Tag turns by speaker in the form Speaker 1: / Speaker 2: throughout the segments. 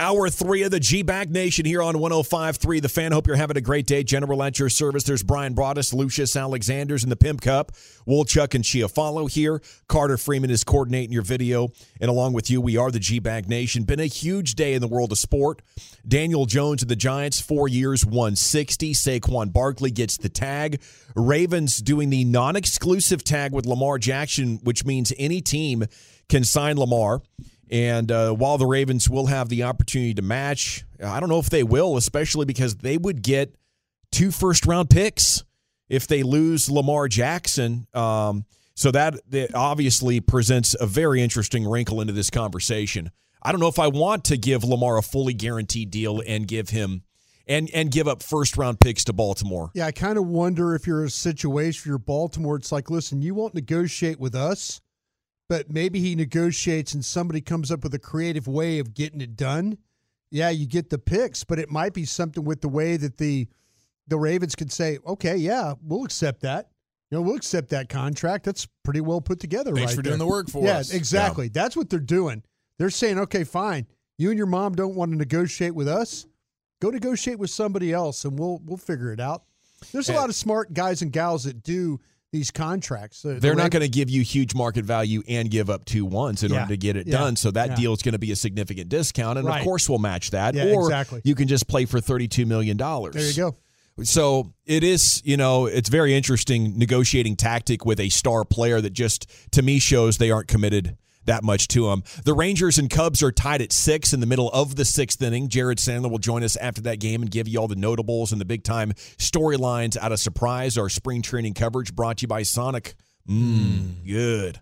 Speaker 1: Hour three of the G Bag Nation here on 1053. The fan, hope you're having a great day. General at your service. There's Brian Broadus, Lucius Alexanders in the Pimp Cup. Woolchuck and Chiafalo here. Carter Freeman is coordinating your video. And along with you, we are the G Bag Nation. Been a huge day in the world of sport. Daniel Jones and the Giants, four years, 160. Saquon Barkley gets the tag. Ravens doing the non exclusive tag with Lamar Jackson, which means any team can sign Lamar. And uh, while the Ravens will have the opportunity to match, I don't know if they will, especially because they would get two first round picks if they lose Lamar Jackson. Um, so that, that obviously presents a very interesting wrinkle into this conversation. I don't know if I want to give Lamar a fully guaranteed deal and give him and and give up first round picks to Baltimore.
Speaker 2: Yeah, I kind of wonder if you're a situation, if you're Baltimore, it's like, listen, you won't negotiate with us, but maybe he negotiates and somebody comes up with a creative way of getting it done. Yeah, you get the picks, but it might be something with the way that the the Ravens could say, okay, yeah, we'll accept that. You know, we'll accept that contract. That's pretty well put together.
Speaker 3: Thanks
Speaker 2: right
Speaker 3: for
Speaker 2: there.
Speaker 3: doing the work for
Speaker 2: yeah,
Speaker 3: us.
Speaker 2: exactly. That's what they're doing. They're saying, okay, fine. You and your mom don't want to negotiate with us. Go negotiate with somebody else, and we'll we'll figure it out. There's a
Speaker 1: Yeah.
Speaker 2: lot of smart guys and gals that do these contracts. The- the
Speaker 1: They're not
Speaker 2: Ravens-
Speaker 1: going to give you huge market value and give up two ones in
Speaker 2: Yeah.
Speaker 1: order to get it
Speaker 2: Yeah.
Speaker 1: done. So that
Speaker 2: Yeah.
Speaker 1: deal is going to be a significant discount, and
Speaker 2: Right.
Speaker 1: of course we'll match that.
Speaker 2: Yeah,
Speaker 1: or
Speaker 2: exactly.
Speaker 1: you can just play for thirty-two million dollars.
Speaker 2: There you go.
Speaker 1: So it is, you know, it's very interesting negotiating tactic with a star player that just to me shows they aren't committed that much to him. The Rangers and Cubs are tied at six in the middle of the sixth inning. Jared Sandler will join us after that game and give you all the notables and the big time storylines out of surprise. Our spring training coverage brought to you by Sonic. Mmm,
Speaker 4: Mm.
Speaker 1: good.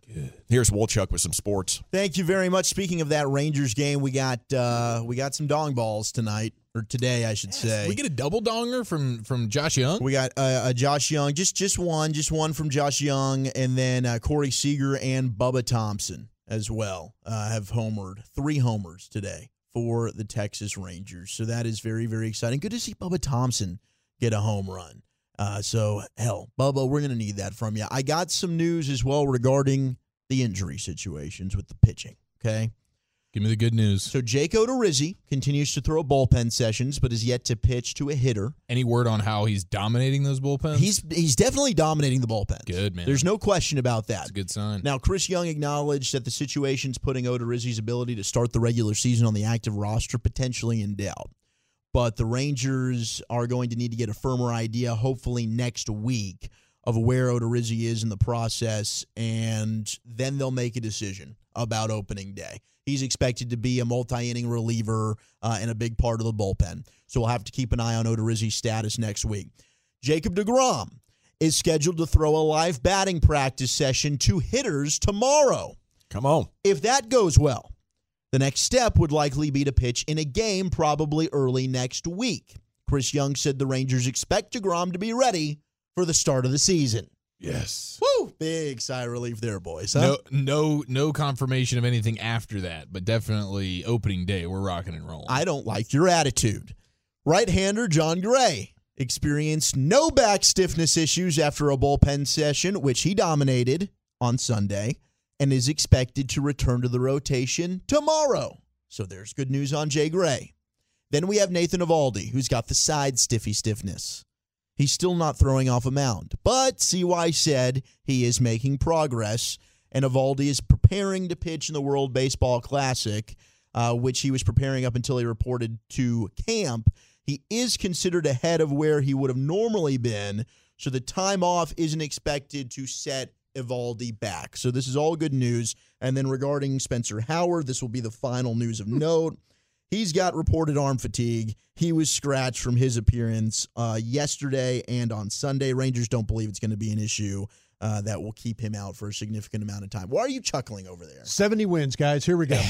Speaker 1: Here's Wolchuk with some sports.
Speaker 3: Thank you very much. Speaking of that Rangers game, we got uh, we got some dong balls tonight or today, I should say.
Speaker 4: We get a double donger from from Josh Young.
Speaker 3: We got uh, a Josh Young, just just one, just one from Josh Young, and then uh, Corey Seager and Bubba Thompson as well uh, have homered three homers today for the Texas Rangers. So that is very very exciting. Good to see Bubba Thompson get a home run. Uh, so hell, Bubba, we're gonna need that from you. I got some news as well regarding the injury situations with the pitching. Okay.
Speaker 4: Give me the good news.
Speaker 3: So Jake Odorizzi continues to throw bullpen sessions, but is yet to pitch to a hitter.
Speaker 4: Any word on how he's dominating those bullpens?
Speaker 3: He's he's definitely dominating the bullpen.
Speaker 4: Good, man.
Speaker 3: There's no question about that.
Speaker 4: That's a good sign.
Speaker 3: Now, Chris Young acknowledged that the situation's putting Odorizzi's ability to start the regular season on the active roster potentially in doubt. But the Rangers are going to need to get a firmer idea, hopefully next week, of where Odorizzi is in the process, and then they'll make a decision about opening day. He's expected to be a multi-inning reliever uh, and a big part of the bullpen, so we'll have to keep an eye on Odorizzi's status next week. Jacob DeGrom is scheduled to throw a live batting practice session to hitters tomorrow.
Speaker 1: Come on.
Speaker 3: If that goes well, the next step would likely be to pitch in a game probably early next week. Chris Young said the Rangers expect DeGrom to be ready for the start of the season.
Speaker 4: yes.
Speaker 3: Woo! Big sigh of relief there, boys. huh?
Speaker 4: No, no, no confirmation of anything after that, but definitely opening day. We're rocking and rolling.
Speaker 3: I don't like your attitude. Right hander John Gray experienced no back stiffness issues after a bullpen session, which he dominated on Sunday, and is expected to return to the rotation tomorrow. So there's good news on Jay Gray. Then we have Nathan Avaldi, who's got the side stiffy stiffness. He's still not throwing off a mound, but CY said he is making progress, and Evaldi is preparing to pitch in the World Baseball Classic, uh, which he was preparing up until he reported to camp. He is considered ahead of where he would have normally been, so the time off isn't expected to set Ivaldi back. So this is all good news. And then regarding Spencer Howard, this will be the final news of note. He's got reported arm fatigue. He was scratched from his appearance uh, yesterday and on Sunday. Rangers don't believe it's going to be an issue uh, that will keep him out for a significant amount of time. Why are you chuckling over there?
Speaker 2: 70 wins, guys. Here we go.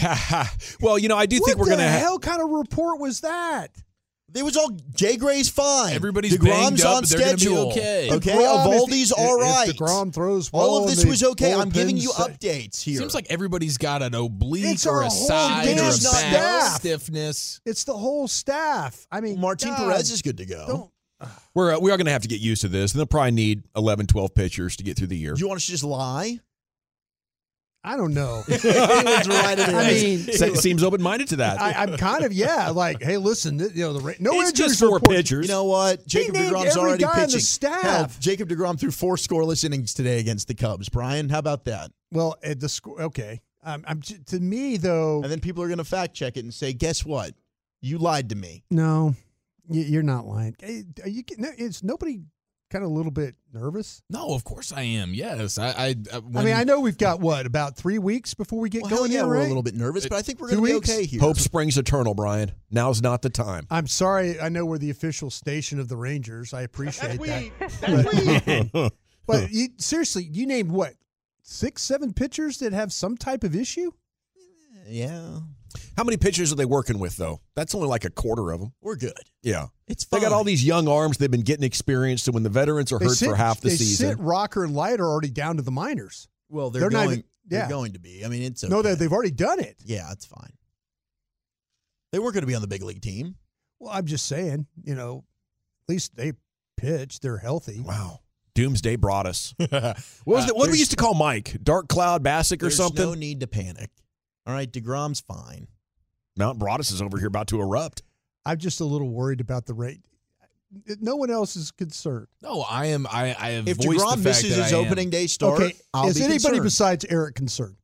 Speaker 1: well, you know, I do think we're
Speaker 2: what
Speaker 1: going
Speaker 2: the
Speaker 1: to have.
Speaker 2: hell kind of report was that?
Speaker 3: It was all Jay Gray's fine.
Speaker 4: Everybody's banged
Speaker 3: DeGrom's
Speaker 4: up,
Speaker 3: on
Speaker 4: they're gonna be
Speaker 3: schedule.
Speaker 4: okay.
Speaker 3: Okay,
Speaker 2: DeGrom, if he-
Speaker 3: Evaldi's all right.
Speaker 2: If DeGrom throws
Speaker 3: all
Speaker 2: well
Speaker 3: of this
Speaker 2: and the
Speaker 3: was okay. I'm
Speaker 2: bullpen
Speaker 3: giving you
Speaker 2: sa-
Speaker 3: updates here.
Speaker 4: Seems like everybody's got an oblique
Speaker 2: It's
Speaker 4: or
Speaker 2: our
Speaker 4: a
Speaker 2: whole
Speaker 4: side or a back
Speaker 3: damn staff.
Speaker 4: stiffness.
Speaker 2: It's the whole staff. I mean,
Speaker 3: Martin
Speaker 2: God,
Speaker 3: Perez is good to go.
Speaker 2: Don't,
Speaker 1: We're, uh, we are going to have to get used to this, and they'll probably need 11, 12 pitchers to get through the year.
Speaker 3: Do you want us to just lie?
Speaker 2: I don't know.
Speaker 3: Anyone's right it
Speaker 2: I
Speaker 3: is.
Speaker 2: mean,
Speaker 1: Se- seems open minded to that.
Speaker 2: I, I'm kind of yeah. Like, hey, listen, th- you know the ra- no
Speaker 1: it's
Speaker 2: injuries
Speaker 1: just four
Speaker 2: report-
Speaker 1: pitchers.
Speaker 3: you know what? Jacob
Speaker 2: named
Speaker 3: DeGrom's
Speaker 2: every
Speaker 3: already
Speaker 2: guy on the
Speaker 3: pitching.
Speaker 2: staff.
Speaker 3: Hell, Jacob DeGrom threw four scoreless innings today against the Cubs. Brian, how about that?
Speaker 2: Well, at the score. Okay, um, I'm j- to me though.
Speaker 3: And then people are going to fact check it and say, guess what? You lied to me.
Speaker 2: No, y- you're not lying. Hey, Are you? get- No, is nobody kind of a little bit nervous?
Speaker 4: No, of course I am. Yes, I. I, I,
Speaker 2: I
Speaker 4: when-
Speaker 2: mean, I know we've got what about three weeks before we get
Speaker 3: Well, hell
Speaker 2: going
Speaker 3: yeah,
Speaker 2: here,
Speaker 3: we're
Speaker 2: right?
Speaker 3: a little bit nervous, but I think we're
Speaker 2: Two
Speaker 3: going to be
Speaker 2: weeks?
Speaker 3: okay here.
Speaker 1: Hope springs eternal, Brian. Now's not the time.
Speaker 2: I'm sorry. I know we're the official station of the Rangers. I appreciate that. But you, seriously, you named what six, seven pitchers that have some type of issue?
Speaker 3: Yeah,
Speaker 1: How many pitchers are they working with, though? That's only like a quarter of them.
Speaker 3: we're good.
Speaker 1: Yeah.
Speaker 3: It's
Speaker 1: They
Speaker 3: fine.
Speaker 1: got all these young arms. They've been getting experience, and when the veterans are
Speaker 2: They
Speaker 1: hurt
Speaker 2: sit-
Speaker 1: for half the
Speaker 2: they
Speaker 1: season,
Speaker 2: sit Rocker and Light are already down to the minors.
Speaker 3: Well, they're,
Speaker 2: They're not
Speaker 3: going.
Speaker 2: even-
Speaker 3: They're
Speaker 2: yeah.
Speaker 3: going to be. I mean, it's okay.
Speaker 2: No, they, they've already done it.
Speaker 3: Yeah, it's fine. They weren't going to be on the big league team.
Speaker 2: Well, I'm just saying, you know, at least they pitch. They're healthy.
Speaker 1: wow. Doomsday brought us. what was
Speaker 4: Uh,
Speaker 1: it? What do we
Speaker 4: there's-
Speaker 1: used to call Mike? Dark Cloud Bassick or
Speaker 3: There's
Speaker 1: something?
Speaker 3: no need to panic. All right, Degrom's fine.
Speaker 1: Mount Broadus is over here about to erupt.
Speaker 2: I'm just a little worried about the rate. No one else is concerned.
Speaker 4: no, I am. I. I have
Speaker 3: If
Speaker 4: voiced the
Speaker 3: Degrom
Speaker 4: fact
Speaker 3: misses
Speaker 4: that
Speaker 3: his
Speaker 4: I am.
Speaker 3: opening day start,
Speaker 2: okay,
Speaker 3: I'll
Speaker 2: is
Speaker 3: be
Speaker 2: anybody
Speaker 3: concerned.
Speaker 2: besides Eric concerned?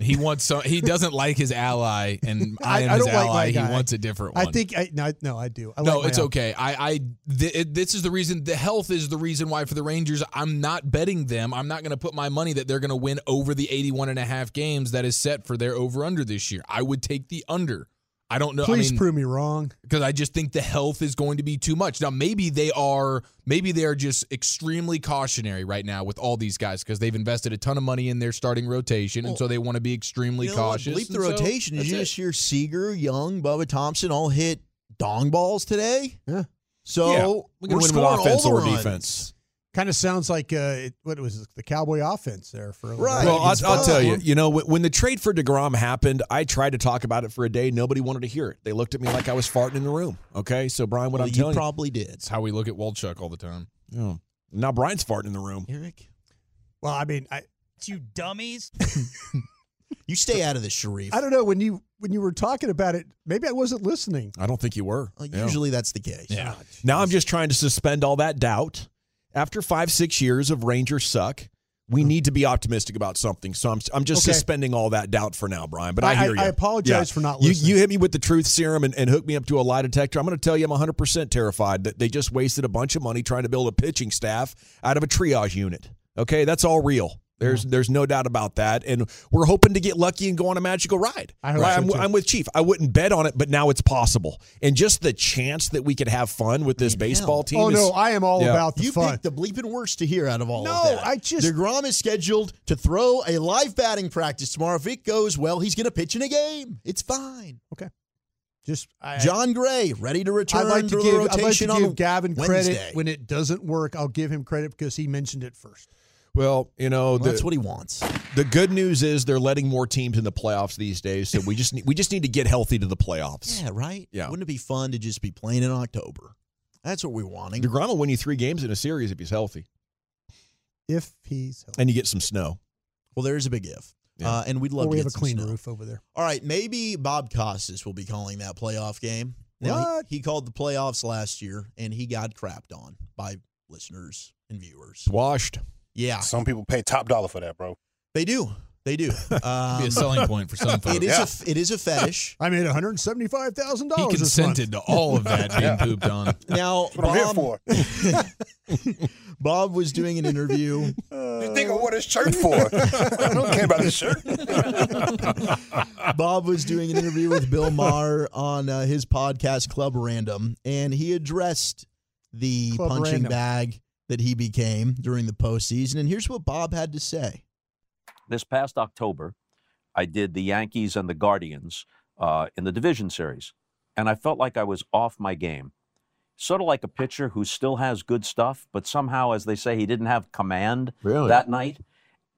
Speaker 4: He wants some. He doesn't like his ally, and I, am
Speaker 2: I
Speaker 4: his
Speaker 2: don't like
Speaker 4: ally.
Speaker 2: my
Speaker 4: he
Speaker 2: guy.
Speaker 4: wants a different one.
Speaker 2: I think I no, I- no I do. I
Speaker 4: no,
Speaker 2: like my
Speaker 4: it's
Speaker 2: own.
Speaker 4: okay. I, I, th- it, this is the reason. The health is the reason why for the Rangers, I'm not betting them. I'm not going to put my money that they're going to win over the 81 and a half games that is set for their over under this year. I would take the under. I don't know.
Speaker 2: Please
Speaker 4: I mean,
Speaker 2: prove me wrong.
Speaker 4: because I just think the health is going to be too much. Now maybe they are maybe they are just extremely cautionary right now with all these guys because they've invested a ton of money in their starting rotation and so they want to be extremely
Speaker 3: You know what?
Speaker 4: cautious.
Speaker 3: Bleep the
Speaker 4: and so
Speaker 3: rotation. Did
Speaker 4: that's
Speaker 3: you
Speaker 4: it.
Speaker 3: just hear Seager, Young, Bubba Thompson all hit dong balls today?
Speaker 2: Yeah.
Speaker 3: So
Speaker 1: Yeah, we
Speaker 3: we
Speaker 1: can win
Speaker 3: are
Speaker 1: with
Speaker 3: scoring all
Speaker 1: offense
Speaker 3: the
Speaker 1: or
Speaker 3: runs.
Speaker 1: defense.
Speaker 2: Kind of sounds like uh, it, what was it, the Cowboy offense there for a little
Speaker 3: Right.
Speaker 2: bit.
Speaker 1: Well, I'll,
Speaker 3: it's
Speaker 1: I'll tell
Speaker 3: fine.
Speaker 1: you, you know, wh- when the trade for DeGrom happened, I tried to talk about it for a day. Nobody wanted to hear it. They looked at me like I was farting in the room. Okay, so Brian, what
Speaker 3: Well,
Speaker 1: I'm
Speaker 3: you
Speaker 1: telling
Speaker 3: probably did.
Speaker 4: It's how we look at Walchuk all the time.
Speaker 1: you, Yeah. now Brian's farting in the room.
Speaker 3: Eric,
Speaker 2: Well, I mean, I
Speaker 5: You dummies.
Speaker 3: you stay out of this, Sharif.
Speaker 2: I don't know when you when you were talking about it. Maybe I wasn't listening.
Speaker 1: I don't think you were.
Speaker 3: Uh,
Speaker 1: Yeah.
Speaker 3: Usually that's the case.
Speaker 4: Yeah.
Speaker 1: Now I'm just trying to suspend all that doubt. After five, six years of Rangers suck, we need to be optimistic about something. So I'm, I'm just
Speaker 2: Okay.
Speaker 1: suspending all that doubt for now, Brian. But I,
Speaker 2: I-
Speaker 1: hear you.
Speaker 2: I- I apologize for not listening.
Speaker 1: You, you hit me with the truth serum and, and hook me up to a lie detector. I'm going to tell you I'm 100% terrified that they just wasted a bunch of money trying to build a pitching staff out of a triage unit. Okay, that's all real. There's there's no doubt about that, and we're hoping to get lucky and go on a magical ride.
Speaker 2: I hope
Speaker 1: Right,
Speaker 2: so,
Speaker 1: I'm,
Speaker 2: too.
Speaker 1: I'm with Chief. I wouldn't bet on it, but now it's possible, and just the chance that we could have fun with this baseball team.
Speaker 2: Oh
Speaker 1: is-
Speaker 2: no, I am all
Speaker 1: Yeah.
Speaker 2: about the
Speaker 3: You
Speaker 2: fun.
Speaker 3: picked the bleeping worst to hear out of all of
Speaker 2: No,
Speaker 3: that.
Speaker 2: I just-
Speaker 3: Degrom is scheduled to throw a live batting practice tomorrow. If it goes well, he's going to pitch in a game. It's fine.
Speaker 2: Just I,
Speaker 3: John Gray ready to return
Speaker 2: I'd like
Speaker 3: to
Speaker 2: to
Speaker 3: the
Speaker 2: give, I'd like to
Speaker 3: rotation on
Speaker 2: give Gavin
Speaker 3: Wednesday.
Speaker 2: credit when it doesn't work. I'll give him credit because he mentioned it first.
Speaker 1: Well, you know,
Speaker 3: Well,
Speaker 1: the,
Speaker 3: that's what he wants.
Speaker 1: the good news is they're letting more teams in the playoffs these days. So we just need, we just need to get healthy to the playoffs.
Speaker 3: Yeah, right?
Speaker 1: Yeah.
Speaker 3: Wouldn't it be fun to just be playing in October? That's what we're wanting.
Speaker 1: Degrom will win you three games in a series if he's healthy,
Speaker 2: If he's healthy.
Speaker 1: and you get some snow.
Speaker 3: Well, there's a big if.
Speaker 1: Yeah.
Speaker 3: Uh, and we'd love
Speaker 2: Or
Speaker 3: to
Speaker 2: we
Speaker 3: get
Speaker 2: have a
Speaker 3: some
Speaker 2: clean
Speaker 3: snow.
Speaker 2: roof over there.
Speaker 3: All right, maybe Bob Costas will be calling that playoff game. Now, he-
Speaker 2: What?
Speaker 3: He, called the playoffs last year, and he got crapped on by listeners and viewers.
Speaker 1: It's washed.
Speaker 3: Yeah,
Speaker 6: Some people pay top dollar for that, bro.
Speaker 3: they do. They do. Um,
Speaker 4: Be a selling point for some folks.
Speaker 3: it is a it is a fetish.
Speaker 2: I made one hundred seventy five thousand
Speaker 4: he
Speaker 2: dollars.
Speaker 4: consented to all of that being pooped on.
Speaker 3: Now,
Speaker 6: What I'm here
Speaker 3: Bob,
Speaker 6: for.
Speaker 3: Bob was doing an interview.
Speaker 6: You think I wore this shirt for? I don't care about this shirt.
Speaker 3: Bob was doing an interview with Bill Maher on uh, his podcast Club Random, and he addressed the
Speaker 2: Club
Speaker 3: punching
Speaker 2: Random.
Speaker 3: bag that he became during the postseason. And here's what Bob had to say.
Speaker 5: this past October, I did the Yankees and the Guardians uh, in the division series, and I felt like I was off my game. Sort of like a pitcher who still has good stuff, but somehow, as they say, he didn't have command
Speaker 4: Really?
Speaker 5: that night.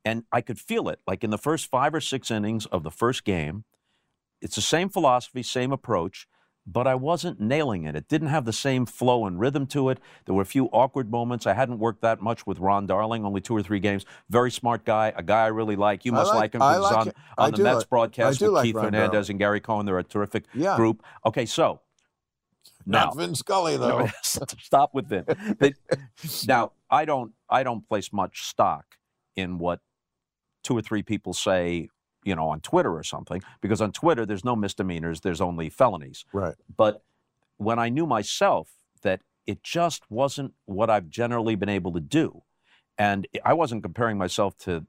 Speaker 5: And I could feel it. Like in the first five or six innings of the first game, it's the same philosophy, same approach, but I wasn't nailing it. It didn't have the same flow and rhythm to it. There were a few awkward moments. I hadn't worked that much with Ron Darling, only two or three games. Very smart guy, a guy I really like. You
Speaker 7: I
Speaker 5: must
Speaker 7: like-
Speaker 5: like, him
Speaker 7: I
Speaker 5: because
Speaker 7: like
Speaker 5: on,
Speaker 7: it. I
Speaker 5: on the
Speaker 7: do
Speaker 5: Mets
Speaker 7: like- I
Speaker 5: broadcast
Speaker 7: do
Speaker 5: with
Speaker 7: like
Speaker 5: Keith
Speaker 7: Ron
Speaker 5: Fernandez
Speaker 7: Darling.
Speaker 5: and Gary Cohen. They're a terrific
Speaker 7: Yeah.
Speaker 5: group. Okay, so now
Speaker 7: Not Vin Scully
Speaker 5: no,
Speaker 7: though.
Speaker 5: stop with Vin. They- now, I don't I don't place much stock in what two or three people say, you know, on Twitter or something, because on Twitter there's no misdemeanors, there's only felonies.
Speaker 7: Right.
Speaker 5: But when I knew myself that it just wasn't what I've generally been able to do, and I wasn't comparing myself to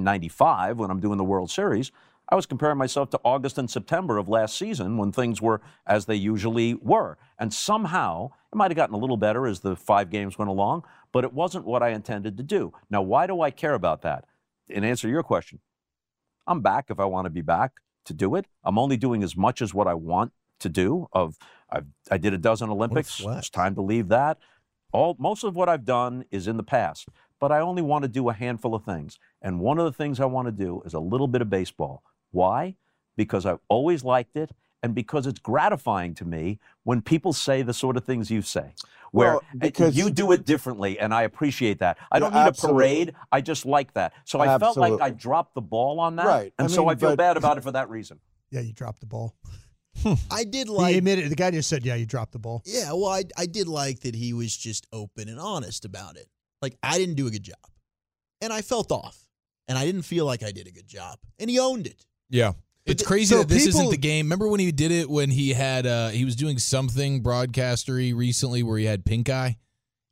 Speaker 5: 1995 when I'm doing the World Series. I was comparing myself to August and September of last season when things were as they usually were. And somehow it might have gotten a little better as the five games went along, but it wasn't what I intended to do. Now, why do I care about that? In answer to your question, I'm back if I want to be back to do it. I'm only doing as much as what I want to do. Of I've, I did a dozen Olympics.
Speaker 3: flex.
Speaker 5: It's time to leave that. All most of what I've done is in the past, but I only want to do a handful of things. And one of the things I want to do is a little bit of baseball. Why? Because I've always liked it, and because it's gratifying to me when people say the sort of things you say. Where
Speaker 7: Well,
Speaker 5: uh,
Speaker 7: because-
Speaker 5: you do it differently, and I appreciate that. I
Speaker 7: Yeah,
Speaker 5: don't need
Speaker 7: absolutely.
Speaker 5: a parade. I just like that. So I felt
Speaker 7: Absolutely.
Speaker 5: like I dropped the ball on that,
Speaker 7: Right. I
Speaker 5: and so
Speaker 7: mean,
Speaker 5: I feel
Speaker 7: but-
Speaker 5: bad about it for that reason.
Speaker 2: Yeah, you dropped the ball.
Speaker 3: I did
Speaker 2: he
Speaker 3: like
Speaker 2: admitted. The guy just said, "Yeah, you dropped the ball."
Speaker 3: Yeah, well, I, I did like that he was just open and honest about it. Like, I didn't do a good job. And I felt off. And I didn't feel like I did a good job. And he owned it.
Speaker 4: Yeah. It's
Speaker 3: th-
Speaker 4: crazy
Speaker 3: so
Speaker 4: that this isn't
Speaker 3: people-
Speaker 4: the game. Remember when he did it when he had uh he was doing something broadcastery recently where he had pink eye?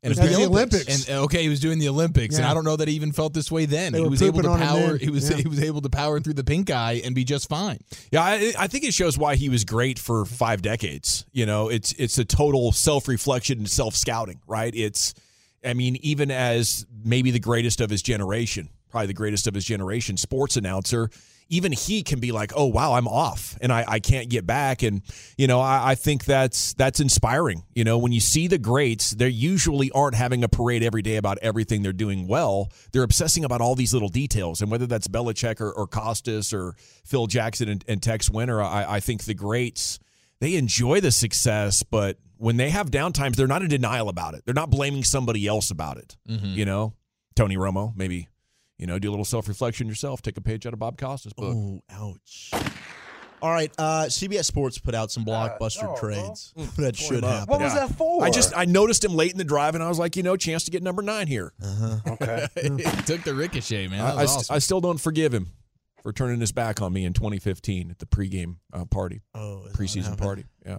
Speaker 4: And
Speaker 2: It was at the
Speaker 4: apparently-
Speaker 2: Olympics.
Speaker 4: And uh, okay, he was doing the Olympics, and
Speaker 2: Yeah.
Speaker 4: I don't know that he even felt this way then.
Speaker 2: They
Speaker 4: he
Speaker 2: were
Speaker 4: was able
Speaker 2: pooping
Speaker 4: to
Speaker 2: on him
Speaker 4: power.
Speaker 2: then.
Speaker 4: He was
Speaker 2: Yeah.
Speaker 4: he was able to power through the pink eye and be just fine.
Speaker 1: Yeah, I, I think it shows why he was great for five decades. You know, it's it's a total self reflection and self scouting, right? It's, I mean, even as maybe the greatest of his generation, probably the greatest of his generation sports announcer, even he can be like, oh wow, I'm off and I, I can't get back. And you know, I, I think that's that's inspiring. You know, when you see the greats, they usually aren't having a parade every day about everything they're doing well. They're obsessing about all these little details, and whether that's Belichick or, or Costas or Phil Jackson and, and Tex Winter, I, I think the greats they enjoy the success, but when they have downtimes, they're not in denial about it. They're not blaming somebody else about it. You know, Tony Romo, maybe. You know, do a little self reflection yourself. Take a page out of Bob Costas' book.
Speaker 3: Oh, ouch. All right, uh, CBS Sports put out some
Speaker 6: Uh,
Speaker 3: blockbuster
Speaker 6: oh,
Speaker 3: trades.
Speaker 6: hmm,
Speaker 3: That should happen.
Speaker 7: What was that for?
Speaker 1: I just I noticed him late in the drive, and I was like, you know, chance to get number nine here.
Speaker 6: Okay.
Speaker 4: Took the ricochet, man. That
Speaker 1: I, I
Speaker 4: was
Speaker 1: st-
Speaker 4: awesome.
Speaker 1: I still don't forgive him for turning his back on me in 2015 at the pregame uh, party,
Speaker 3: Oh, is that what
Speaker 1: preseason
Speaker 3: happened?
Speaker 1: party. Yeah,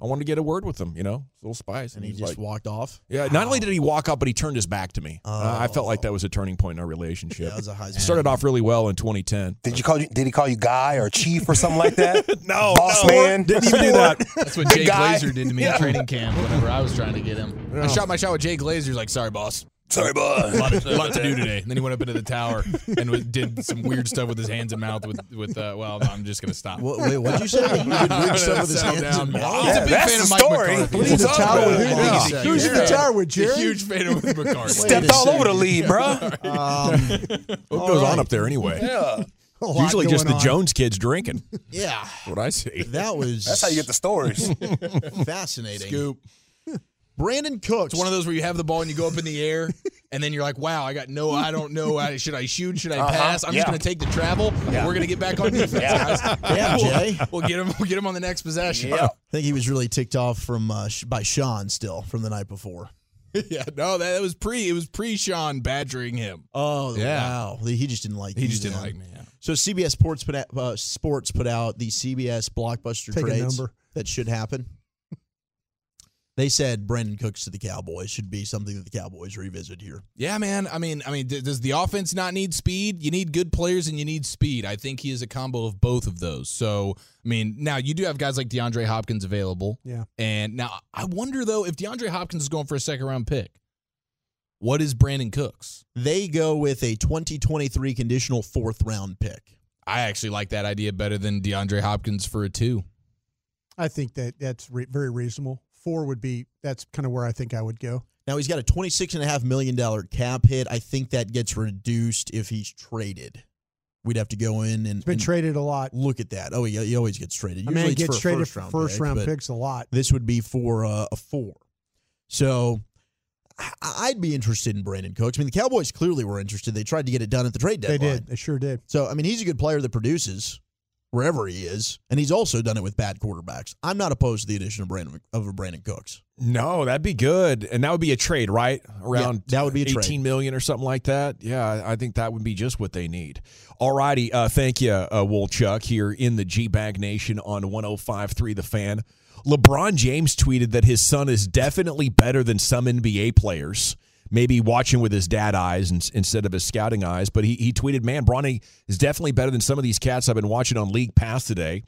Speaker 1: I wanted to get a word with him. You know, a little spice,
Speaker 3: And he
Speaker 1: he's
Speaker 3: just
Speaker 1: like,
Speaker 3: walked off.
Speaker 1: yeah. Not only did he walk up, but he turned his back to me. Uh, I felt like that was a turning point in our relationship.
Speaker 3: That was a high
Speaker 1: Started off really well in 2010.
Speaker 6: Did you call you? Did he call you guy or chief or something like that?
Speaker 1: No,
Speaker 6: boss
Speaker 1: no.
Speaker 6: man.
Speaker 1: Didn't even do
Speaker 6: Sport.
Speaker 4: That's what Jay
Speaker 6: guy.
Speaker 4: Glazer did to me at training camp whenever I was trying to get him. I shot my shot with Jay Glazer. Like, sorry, boss.
Speaker 6: Sorry,
Speaker 4: A
Speaker 6: bud.
Speaker 4: lot, of, a lot to do today. And then he went up into the tower and w- did some weird stuff with his hands and mouth. With with uh, well, I'm just gonna stop.
Speaker 3: What, wait, what'd you say? He did weird stuff with his
Speaker 4: Settle
Speaker 3: hands
Speaker 4: down,
Speaker 3: and
Speaker 4: man.
Speaker 3: mouth?
Speaker 4: He's a
Speaker 6: Yeah,
Speaker 4: big
Speaker 6: that's
Speaker 4: fan
Speaker 6: the
Speaker 4: of Mike
Speaker 6: story.
Speaker 4: McCarthy.
Speaker 6: What are you
Speaker 4: He's a
Speaker 6: talking
Speaker 4: tower
Speaker 6: about?
Speaker 4: with him.
Speaker 6: Yeah.
Speaker 4: He's a
Speaker 2: Who's in the
Speaker 4: huge-
Speaker 2: tower with
Speaker 4: a
Speaker 2: Jerry?
Speaker 4: Huge fan of McCarthy.
Speaker 6: Stepped all over the lead, bro.
Speaker 3: Um,
Speaker 1: What goes
Speaker 3: All
Speaker 1: on
Speaker 3: right.
Speaker 1: up there anyway?
Speaker 6: Yeah.
Speaker 2: A lot
Speaker 1: Usually just
Speaker 2: going
Speaker 1: the
Speaker 2: on.
Speaker 1: Jones kids drinking.
Speaker 3: yeah,
Speaker 1: what I see.
Speaker 3: that was
Speaker 6: That's how you get the stories.
Speaker 3: fascinating.
Speaker 4: Scoop.
Speaker 3: Brandon Cooks.
Speaker 4: It's one of those where you have the ball and you go up in the air, and then you're like, "Wow, I got no. I don't know. I, should I shoot? Should I
Speaker 6: Uh-huh.
Speaker 4: pass? I'm just
Speaker 6: Yeah.
Speaker 4: gonna take the travel. and We're gonna get back on defense, guys.
Speaker 3: Yeah, Jay.
Speaker 4: We'll get him. We'll get him on the next possession.
Speaker 6: Yeah.
Speaker 3: I think he was really ticked off from uh, sh- by Sean still from the night before.
Speaker 4: yeah. No, that, that was pre. It was pre Sean badgering him.
Speaker 3: Oh,
Speaker 4: Yeah.
Speaker 3: wow. He just didn't like
Speaker 4: He
Speaker 3: you
Speaker 4: just didn't
Speaker 3: then.
Speaker 4: like me. Yeah.
Speaker 3: So CBS Sports put out, uh, Sports put out the CBS blockbuster
Speaker 2: Take a
Speaker 3: trades
Speaker 2: number.
Speaker 3: that should happen. They said Brandon Cooks to the Cowboys should be something that the Cowboys revisit here.
Speaker 4: Yeah, man. I mean, I mean, d- does the offense not need speed? You need good players and you need speed. I think he is a combo of both of those. So, I mean, now you do have guys like DeAndre Hopkins available.
Speaker 2: Yeah.
Speaker 4: And now I wonder though if DeAndre Hopkins is going for a second round pick, what is Brandon Cooks?
Speaker 3: They go with a 2023 conditional fourth round pick.
Speaker 4: I actually like that idea better than DeAndre Hopkins for a two.
Speaker 2: I think that that's re- very reasonable. Four would be that's kind of where I think I would go.
Speaker 3: Now he's got a $26.5 million cap hit. I think that gets reduced if he's traded. We'd have to go in and,
Speaker 2: He's been
Speaker 3: and
Speaker 2: traded a lot.
Speaker 3: look at that. Oh, he, he always gets traded.
Speaker 2: I
Speaker 3: Usually
Speaker 2: mean, he
Speaker 3: it's
Speaker 2: gets
Speaker 3: for a
Speaker 2: traded
Speaker 3: first
Speaker 2: for
Speaker 3: round,
Speaker 2: first
Speaker 3: pick,
Speaker 2: round
Speaker 3: but
Speaker 2: picks a lot.
Speaker 3: This would be for uh, a four. So I- I'd be interested in Brandon Cooks. I mean, the Cowboys clearly were interested. They tried to get it done at the trade
Speaker 2: They
Speaker 3: deadline.
Speaker 2: did. They sure did.
Speaker 3: So, I mean, he's a good player that produces wherever he is, and he's also done it with bad quarterbacks. I'm not opposed to the addition of Brandon of a Brandon Cooks.
Speaker 1: No, that'd be good, and that would be a trade, right? Around
Speaker 3: Yeah, that would be a trade.
Speaker 1: eighteen million or something like that. Yeah, I- I think that would be just what they need. All righty, uh, thank you, uh, Wolchuk, here in the G Bag Nation on 105.3 The Fan. LeBron James tweeted that his son is definitely better than some NBA players. Maybe watching with his dad eyes in- instead of his scouting eyes, but he, he tweeted, "Man, Bronny is definitely better than some of these cats I've been watching on League Pass today."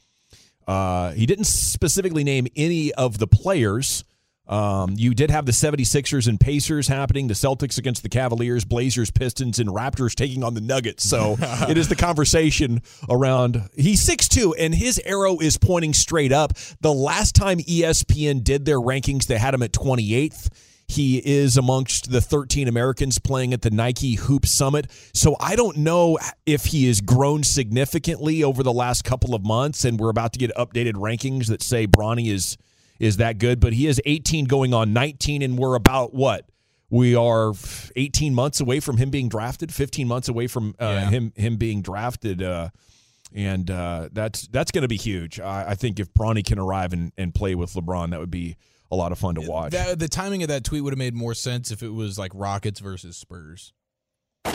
Speaker 1: Uh, he didn't specifically name any of the players. Um, you did have the 76ers and Pacers happening, the Celtics against the Cavaliers, Blazers, Pistons, and Raptors taking on the Nuggets. So it is the conversation around. He's 6'2, and his arrow is pointing straight up. The last time E ESPN did their rankings, they had him at 28th. He is amongst the 13 Americans playing at the Nike Hoop Summit. So I don't know if he has grown significantly over the last couple of months, and we're about to get updated rankings that say Bronny is is that good, but he is 18 going on 19, and we're about what? We are 18 months away from him being drafted, 15 months away from uh, him him being drafted. Uh, and uh, that's that's going to be huge. I, I think if Bronny can arrive and, and play with LeBron, that would be a lot of fun to watch.
Speaker 4: That, the timing of that tweet would have made more sense if it was like Rockets versus Spurs.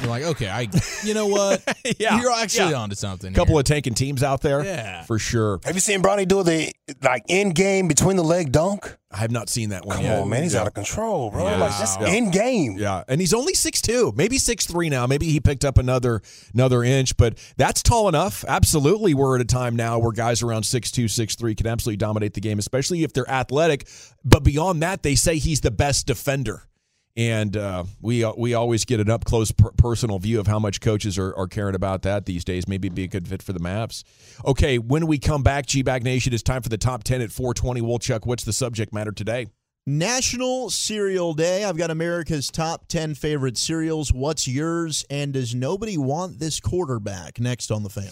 Speaker 4: You're like, okay, I, you know what?
Speaker 1: Yeah,
Speaker 4: You're actually
Speaker 1: yeah.
Speaker 4: onto something.
Speaker 1: couple
Speaker 4: here.
Speaker 1: of tanking teams out there.
Speaker 4: Yeah.
Speaker 1: For sure.
Speaker 6: Have you seen Bronny do the like end game between the leg dunk?
Speaker 1: I have not seen that one
Speaker 6: Come
Speaker 1: yet.
Speaker 6: on, man, he's
Speaker 1: yeah.
Speaker 6: out of control, bro.
Speaker 1: Yeah.
Speaker 6: Like that's
Speaker 1: Wow.
Speaker 6: end game.
Speaker 1: Yeah, and he's only 6'2", maybe 6'3 now. Maybe he picked up another another inch, but that's tall enough. Absolutely, we're at a time now where guys around 6'2", 6'3 can absolutely dominate the game, especially if they're athletic. But beyond that, they say he's the best defender. And uh, we we always get an up close per- personal view of how much coaches are, are caring about that these days. Maybe it'd be a good fit for the maps. Okay, when we come back, G Bag Nation, it's time for the top ten at four twenty. We'll check what's the subject matter today.
Speaker 3: National Cereal Day. I've got America's top 10 favorite cereals. What's yours? And does nobody want this quarterback next on the fan?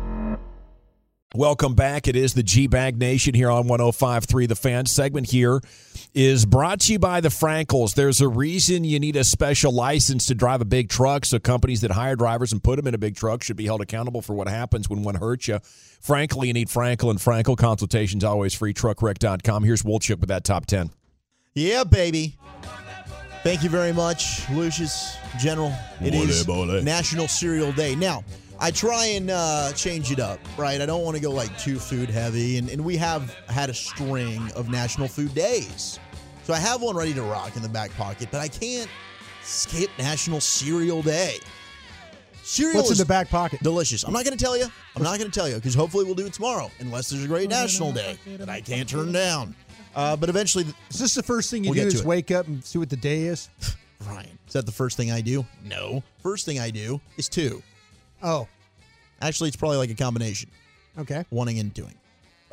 Speaker 1: Welcome back. It is the G Bag Nation here on 1053. The fan segment here is brought to you by the Frankels. There's a reason you need a special license to drive a big truck. So, companies that hire drivers and put them in a big truck should be held accountable for what happens when one hurts you. Frankly, you need Frankel and Frankel consultations, always free. Truckwreck.com. Here's Wolchuk with that top 10.
Speaker 3: Yeah, baby. Thank you very much, Lucius General. It
Speaker 1: Mole,
Speaker 3: is
Speaker 1: mole.
Speaker 3: National Cereal Day. Now, I try and uh, change it up, right? I don't want to go like too food heavy, and, and we have had a string of National Food Days. So I have one ready to rock in the back pocket, but I can't skip National Cereal Day. Cereal
Speaker 2: What's in
Speaker 3: is
Speaker 2: the back pocket?
Speaker 3: Delicious. I'm not going to tell you. I'm not going to tell you because hopefully we'll do it tomorrow, unless there's a great National Day that I can't turn down. Uh, but eventually,
Speaker 2: is this the first thing you
Speaker 3: We'll
Speaker 2: do
Speaker 3: get to
Speaker 2: is
Speaker 3: it.
Speaker 2: wake up and see what the day is?
Speaker 3: Ryan, is that the first thing I do? No. First thing I do is two.
Speaker 2: Oh.
Speaker 3: Actually, it's probably like a combination.
Speaker 2: Okay.
Speaker 3: Wanting and doing.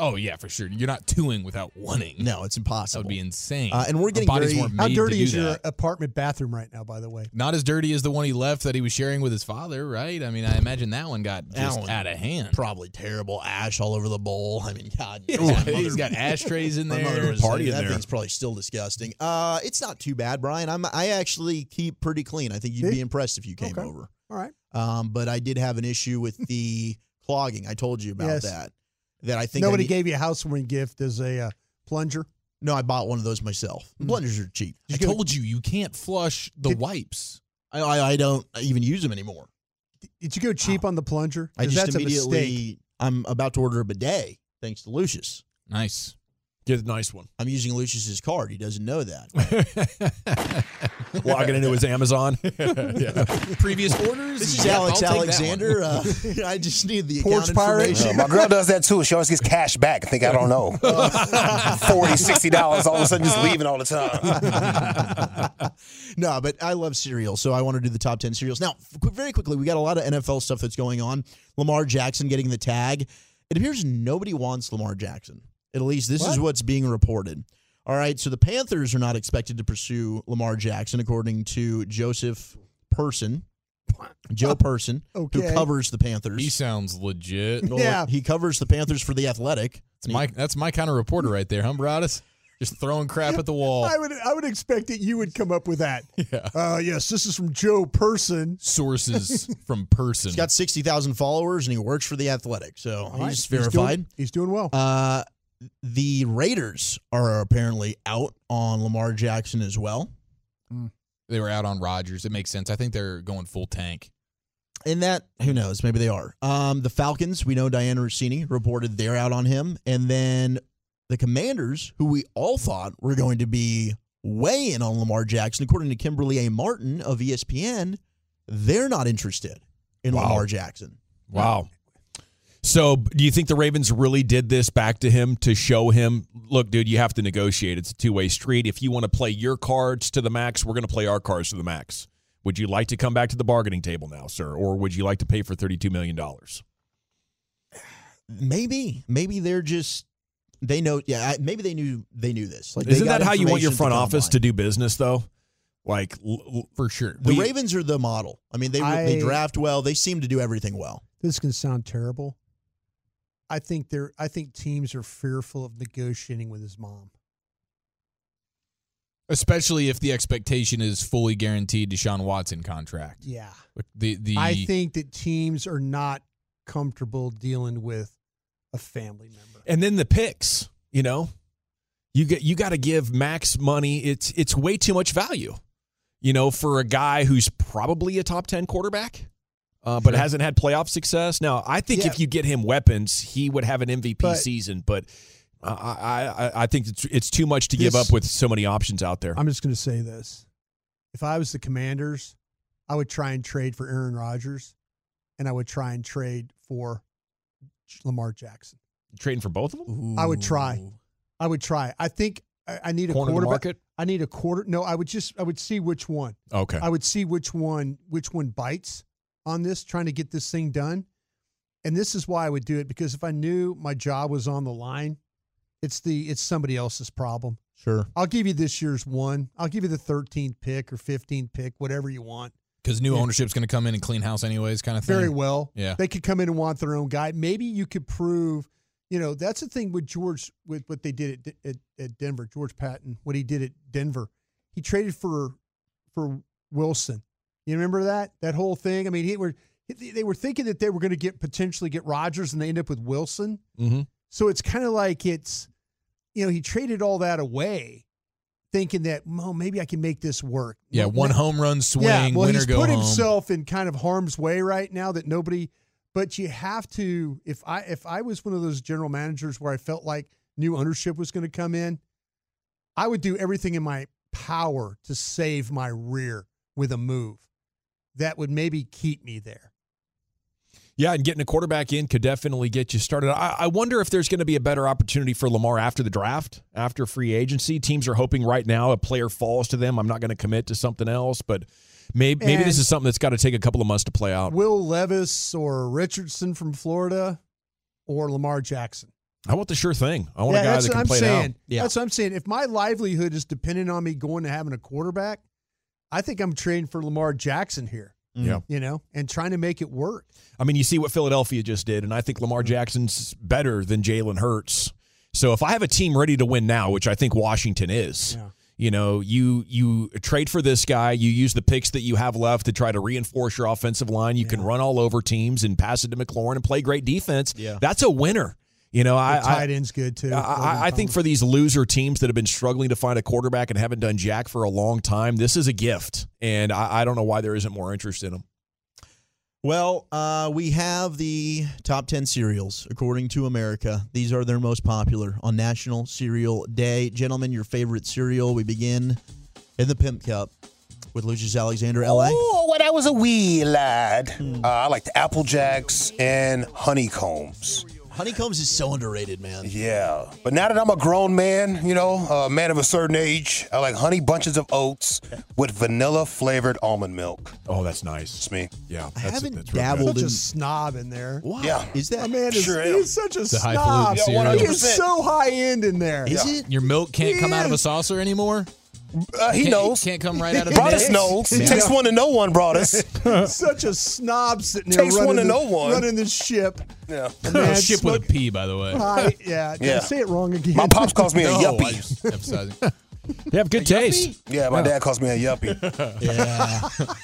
Speaker 4: Oh yeah, for sure. You're not toing without wanting.
Speaker 3: No, it's impossible.
Speaker 4: That would be insane.
Speaker 3: Uh, and we're
Speaker 4: Our
Speaker 3: getting
Speaker 4: bodies
Speaker 3: very-
Speaker 4: weren't
Speaker 2: How
Speaker 4: made
Speaker 2: dirty
Speaker 4: to
Speaker 2: is
Speaker 4: do
Speaker 2: your
Speaker 4: that.
Speaker 2: apartment bathroom right now, by the way?
Speaker 4: Not as dirty as the one he left that he was sharing with his father, right? I mean, I imagine that one got just out of hand.
Speaker 3: Probably terrible ash all over the bowl. I mean, God,
Speaker 4: Yeah,
Speaker 3: my
Speaker 4: he's got ashtrays in
Speaker 3: my
Speaker 4: there.
Speaker 3: mother was
Speaker 4: Party
Speaker 3: like,
Speaker 4: in
Speaker 3: that
Speaker 4: there.
Speaker 3: thing's probably still disgusting. Uh, it's not too bad, Brian. I'm I actually keep pretty clean. I think you'd be impressed if you came over.
Speaker 2: All right.
Speaker 3: Um, but I did have an issue with the clogging. I told you about
Speaker 2: Yes.
Speaker 3: that. That I think I
Speaker 2: Nobody
Speaker 3: need-
Speaker 2: gave you a housewarming gift as a uh, plunger. Mm.
Speaker 3: No, I bought one of those myself. Blenders are cheap.
Speaker 4: I told you you can't flush the
Speaker 2: Did-
Speaker 4: wipes.
Speaker 3: I, I, I don't even use them anymore.
Speaker 2: Did you go cheap on the plunger?
Speaker 3: I
Speaker 2: 'Cause
Speaker 3: just
Speaker 2: that's a mistake.
Speaker 3: immediately I'm about to order a bidet thanks to Lucius.
Speaker 4: Nice.
Speaker 1: Get a nice one.
Speaker 3: I'm using Lucius's card. He doesn't know that.
Speaker 1: Logging into his Amazon.
Speaker 4: Previous orders.
Speaker 3: This is
Speaker 4: Yeah, I'll
Speaker 3: Alex
Speaker 4: take that
Speaker 3: Alexander. Uh,
Speaker 4: one.
Speaker 3: I just need the
Speaker 2: Porch
Speaker 3: account
Speaker 2: pirate.
Speaker 6: Uh,
Speaker 3: information.
Speaker 6: my girl does that too. She always gets cash back. I think I don't know. 40 $60 all of a sudden just leaving all the time.
Speaker 3: no, but I love cereal, so I want to do the top 10 cereals. Now, qu- very quickly, we got a lot of NFL stuff that's going on. Lamar Jackson getting the tag. It appears nobody wants Lamar Jackson. At least this is
Speaker 2: What?
Speaker 3: what's being reported. All right, so the Panthers are not expected to pursue Lamar Jackson, according to Joseph Person, Joe Person,
Speaker 2: Okay.
Speaker 3: who covers the Panthers.
Speaker 4: He sounds legit.
Speaker 3: Well,
Speaker 2: Yeah.
Speaker 3: He covers the Panthers for the Athletic.
Speaker 4: That's my that's my kind of reporter right there, huh, Baradas? Just throwing crap at the wall.
Speaker 2: I would I would expect that you would come up with that. Yeah. Uh, yes, this is from Joe Person.
Speaker 4: Sources from person.
Speaker 3: He's got 60,000 followers and he works for the Athletic, so
Speaker 2: All right,
Speaker 3: he's
Speaker 2: doing-
Speaker 3: verified.
Speaker 2: He's doing, well.
Speaker 3: Uh, the Raiders are apparently out on Lamar Jackson as well.
Speaker 4: They were out on Rodgers. It makes sense. I think they're going full tank.
Speaker 3: And that, who knows, maybe they are. Um, the Falcons, we know Diana Rossini reported they're out on him. And then the Commanders, who we all thought were going to be way in on Lamar Jackson, according to Kimberly A. Martin of E ESPN, they're not interested in
Speaker 1: Wow.
Speaker 3: Lamar Jackson.
Speaker 1: Wow. So, do you think the Ravens really did this back to him to show him, look, dude, you have to negotiate. It's a two way street. If you want to play your cards to the max, we're going to play our cards to the max. Would you like to come back to the bargaining table now, sir? Or would you like to pay for $32 million?
Speaker 3: Maybe, maybe they're just they know. Yeah, I- maybe they knew they knew this. Like, they
Speaker 1: Isn't
Speaker 3: got
Speaker 1: that how you want your
Speaker 3: information
Speaker 1: front
Speaker 3: at the
Speaker 1: office to
Speaker 3: combine.
Speaker 1: do business, though? Like, l- l-
Speaker 4: For sure.
Speaker 3: The
Speaker 4: We-
Speaker 3: Ravens are the model. I mean, they they
Speaker 2: I-
Speaker 3: draft well. They seem to do everything well.
Speaker 2: this can sound terrible. I think they're I think teams are fearful of negotiating with his mom.
Speaker 4: Especially if the expectation is fully guaranteed Deshaun Watson contract.
Speaker 2: Yeah.
Speaker 4: The the
Speaker 2: I think that teams are not comfortable dealing with a family member.
Speaker 1: and then the picks, you know? You get you got to give max money. It's it's way too much value. You know, for a guy who's probably a top 10 quarterback. uh, but
Speaker 4: Sure.
Speaker 1: hasn't had playoff success. Now, I think
Speaker 2: Yeah.
Speaker 1: if you get him weapons, he would have an MVP
Speaker 2: But-
Speaker 1: season. But I, I, I- I think it's, it's too much to give
Speaker 2: This-
Speaker 1: up with so many options out there.
Speaker 2: I'm just going to say this. If I was the Commanders, I would try and trade for Aaron Rodgers and I would try and trade for Lamar Jackson.
Speaker 1: trading for both of them.
Speaker 2: I would try. I would try. I think I, I need a
Speaker 1: Corner the
Speaker 2: quarterback.
Speaker 1: market?
Speaker 2: I need a quarter. No, I would just I would see which one.
Speaker 1: Okay,
Speaker 2: I would see which one which one bites on this, trying to get this thing done. And this is why I would do it because if I knew my job was on the line, it's the it's somebody else's problem.
Speaker 3: Sure.
Speaker 2: I'll give you this year's one. I'll give you the 13th pick or 15th pick, whatever you want.
Speaker 4: because new
Speaker 2: Yeah.
Speaker 4: ownership's going to come in and clean house anyways, kind of thing.
Speaker 2: Very well.
Speaker 4: Yeah.
Speaker 2: They could come in and want their own guy. Maybe you could prove, you know, that's the thing with George, with what they did at, at, at Denver, George Patton, what he did at Denver. He traded for for Wilson. You remember that? That whole thing? I mean, he were they they were thinking that they were going to get potentially get Rodgers and they end up with Wilson.
Speaker 1: Mm-hmm.
Speaker 2: So it's kind of like it's, you know, he traded all that away thinking that, well, maybe I can make this work.
Speaker 4: Yeah, one home run swing,
Speaker 2: yeah, well,
Speaker 4: winner
Speaker 2: he's
Speaker 4: go
Speaker 2: put
Speaker 4: home.
Speaker 2: himself in kind of harm's way right now that nobody. But you have to. If I if I was one of those general managers where I felt like new ownership was going to come in, I would do everything in my power to save my rear with a move that would maybe keep me there.
Speaker 1: Yeah, and getting a quarterback in could definitely get you started. I, I wonder if there's going to be a better opportunity for Lamar after the draft, after free agency. Teams are hoping right now a player falls to them. I'm not going to commit to something else, but maybe maybe this
Speaker 2: And-
Speaker 1: is something that's got to take a couple of months to play
Speaker 4: Oh.
Speaker 1: out.
Speaker 2: Will Levis or Richardson from Florida or Lamar Jackson.
Speaker 1: I want the sure thing. I want a guy
Speaker 2: that's
Speaker 1: that
Speaker 2: what
Speaker 1: can
Speaker 2: I'm
Speaker 1: play
Speaker 2: saying.
Speaker 1: it out. Yeah,
Speaker 2: That's what I'm saying. If my livelihood is dependent on me going to having a quarterback, I think I'm trading for Lamar Jackson here.
Speaker 1: Mm. Yeah.
Speaker 2: You know, and trying to make it work.
Speaker 1: I mean, you see what Philadelphia just did, and I think Lamar
Speaker 2: Mm-hmm.
Speaker 1: Jackson's better than Jalen Hurts. So if I have a team ready to win now, which I think Washington is, you know, you you trade for this guy, you use the picks that you have left to try to reinforce your offensive line. You can run all over teams and pass it to McLaurin and play great defense.
Speaker 2: Yeah.
Speaker 1: that's a winner. You know, I,
Speaker 2: The
Speaker 1: I
Speaker 2: tight end's good too.
Speaker 1: I, I, I think for these loser teams that have been struggling to find a quarterback and haven't done jack for a long time, this is a gift, and I, I don't know why there isn't more interest in them.
Speaker 3: Well, uh, we have the top 10 cereals according to America. These are their most popular on National Cereal Day. Gentlemen, your favorite cereal. We begin in the Pimp Cup with Lucius Alexander, LA.
Speaker 6: Oh, when I was a wee lad, uh, I liked Apple Jacks and honeycombs.
Speaker 3: Honeycombs is so underrated, man.
Speaker 6: Yeah, but now that I'm a grown man, you know, a man of a certain age, I like honey bunches of oats with vanilla flavored almond milk.
Speaker 1: Oh, that's nice.
Speaker 6: It's me.
Speaker 1: Yeah,
Speaker 3: I haven't
Speaker 2: Such
Speaker 3: dabbled in.
Speaker 2: a snob in there.
Speaker 3: Wow.
Speaker 6: Yeah.
Speaker 3: Is that?
Speaker 2: My man is
Speaker 6: Sure am.
Speaker 2: he's such a
Speaker 4: It's a
Speaker 2: snob.
Speaker 4: highfalutin Yeah, cereal.
Speaker 2: He is so high end in there.
Speaker 3: Is it?
Speaker 4: Your milk can't come out of
Speaker 2: Yeah.
Speaker 4: a saucer anymore.
Speaker 6: Uh, he
Speaker 4: Can't-
Speaker 6: knows.
Speaker 4: Can't come right out of the
Speaker 6: Broadus
Speaker 4: dish?
Speaker 6: knows. It
Speaker 4: Yeah.
Speaker 6: takes one to know one, Broadus.
Speaker 2: Such a snob sitting there
Speaker 6: Takes
Speaker 2: running,
Speaker 6: one to
Speaker 2: the-
Speaker 6: know one.
Speaker 2: running this ship.
Speaker 6: yeah.
Speaker 4: No,
Speaker 2: Man,
Speaker 4: ship with a
Speaker 2: smoke-
Speaker 4: P, by the way.
Speaker 3: Ah,
Speaker 2: Hi, yeah, did I
Speaker 6: Yeah.
Speaker 2: say it wrong again.
Speaker 6: My pops calls me a
Speaker 4: No, I
Speaker 6: yuppie.
Speaker 4: just emphasizing.
Speaker 1: They have good taste.
Speaker 6: Yeah, my dad calls me a yuppie.
Speaker 3: Yeah.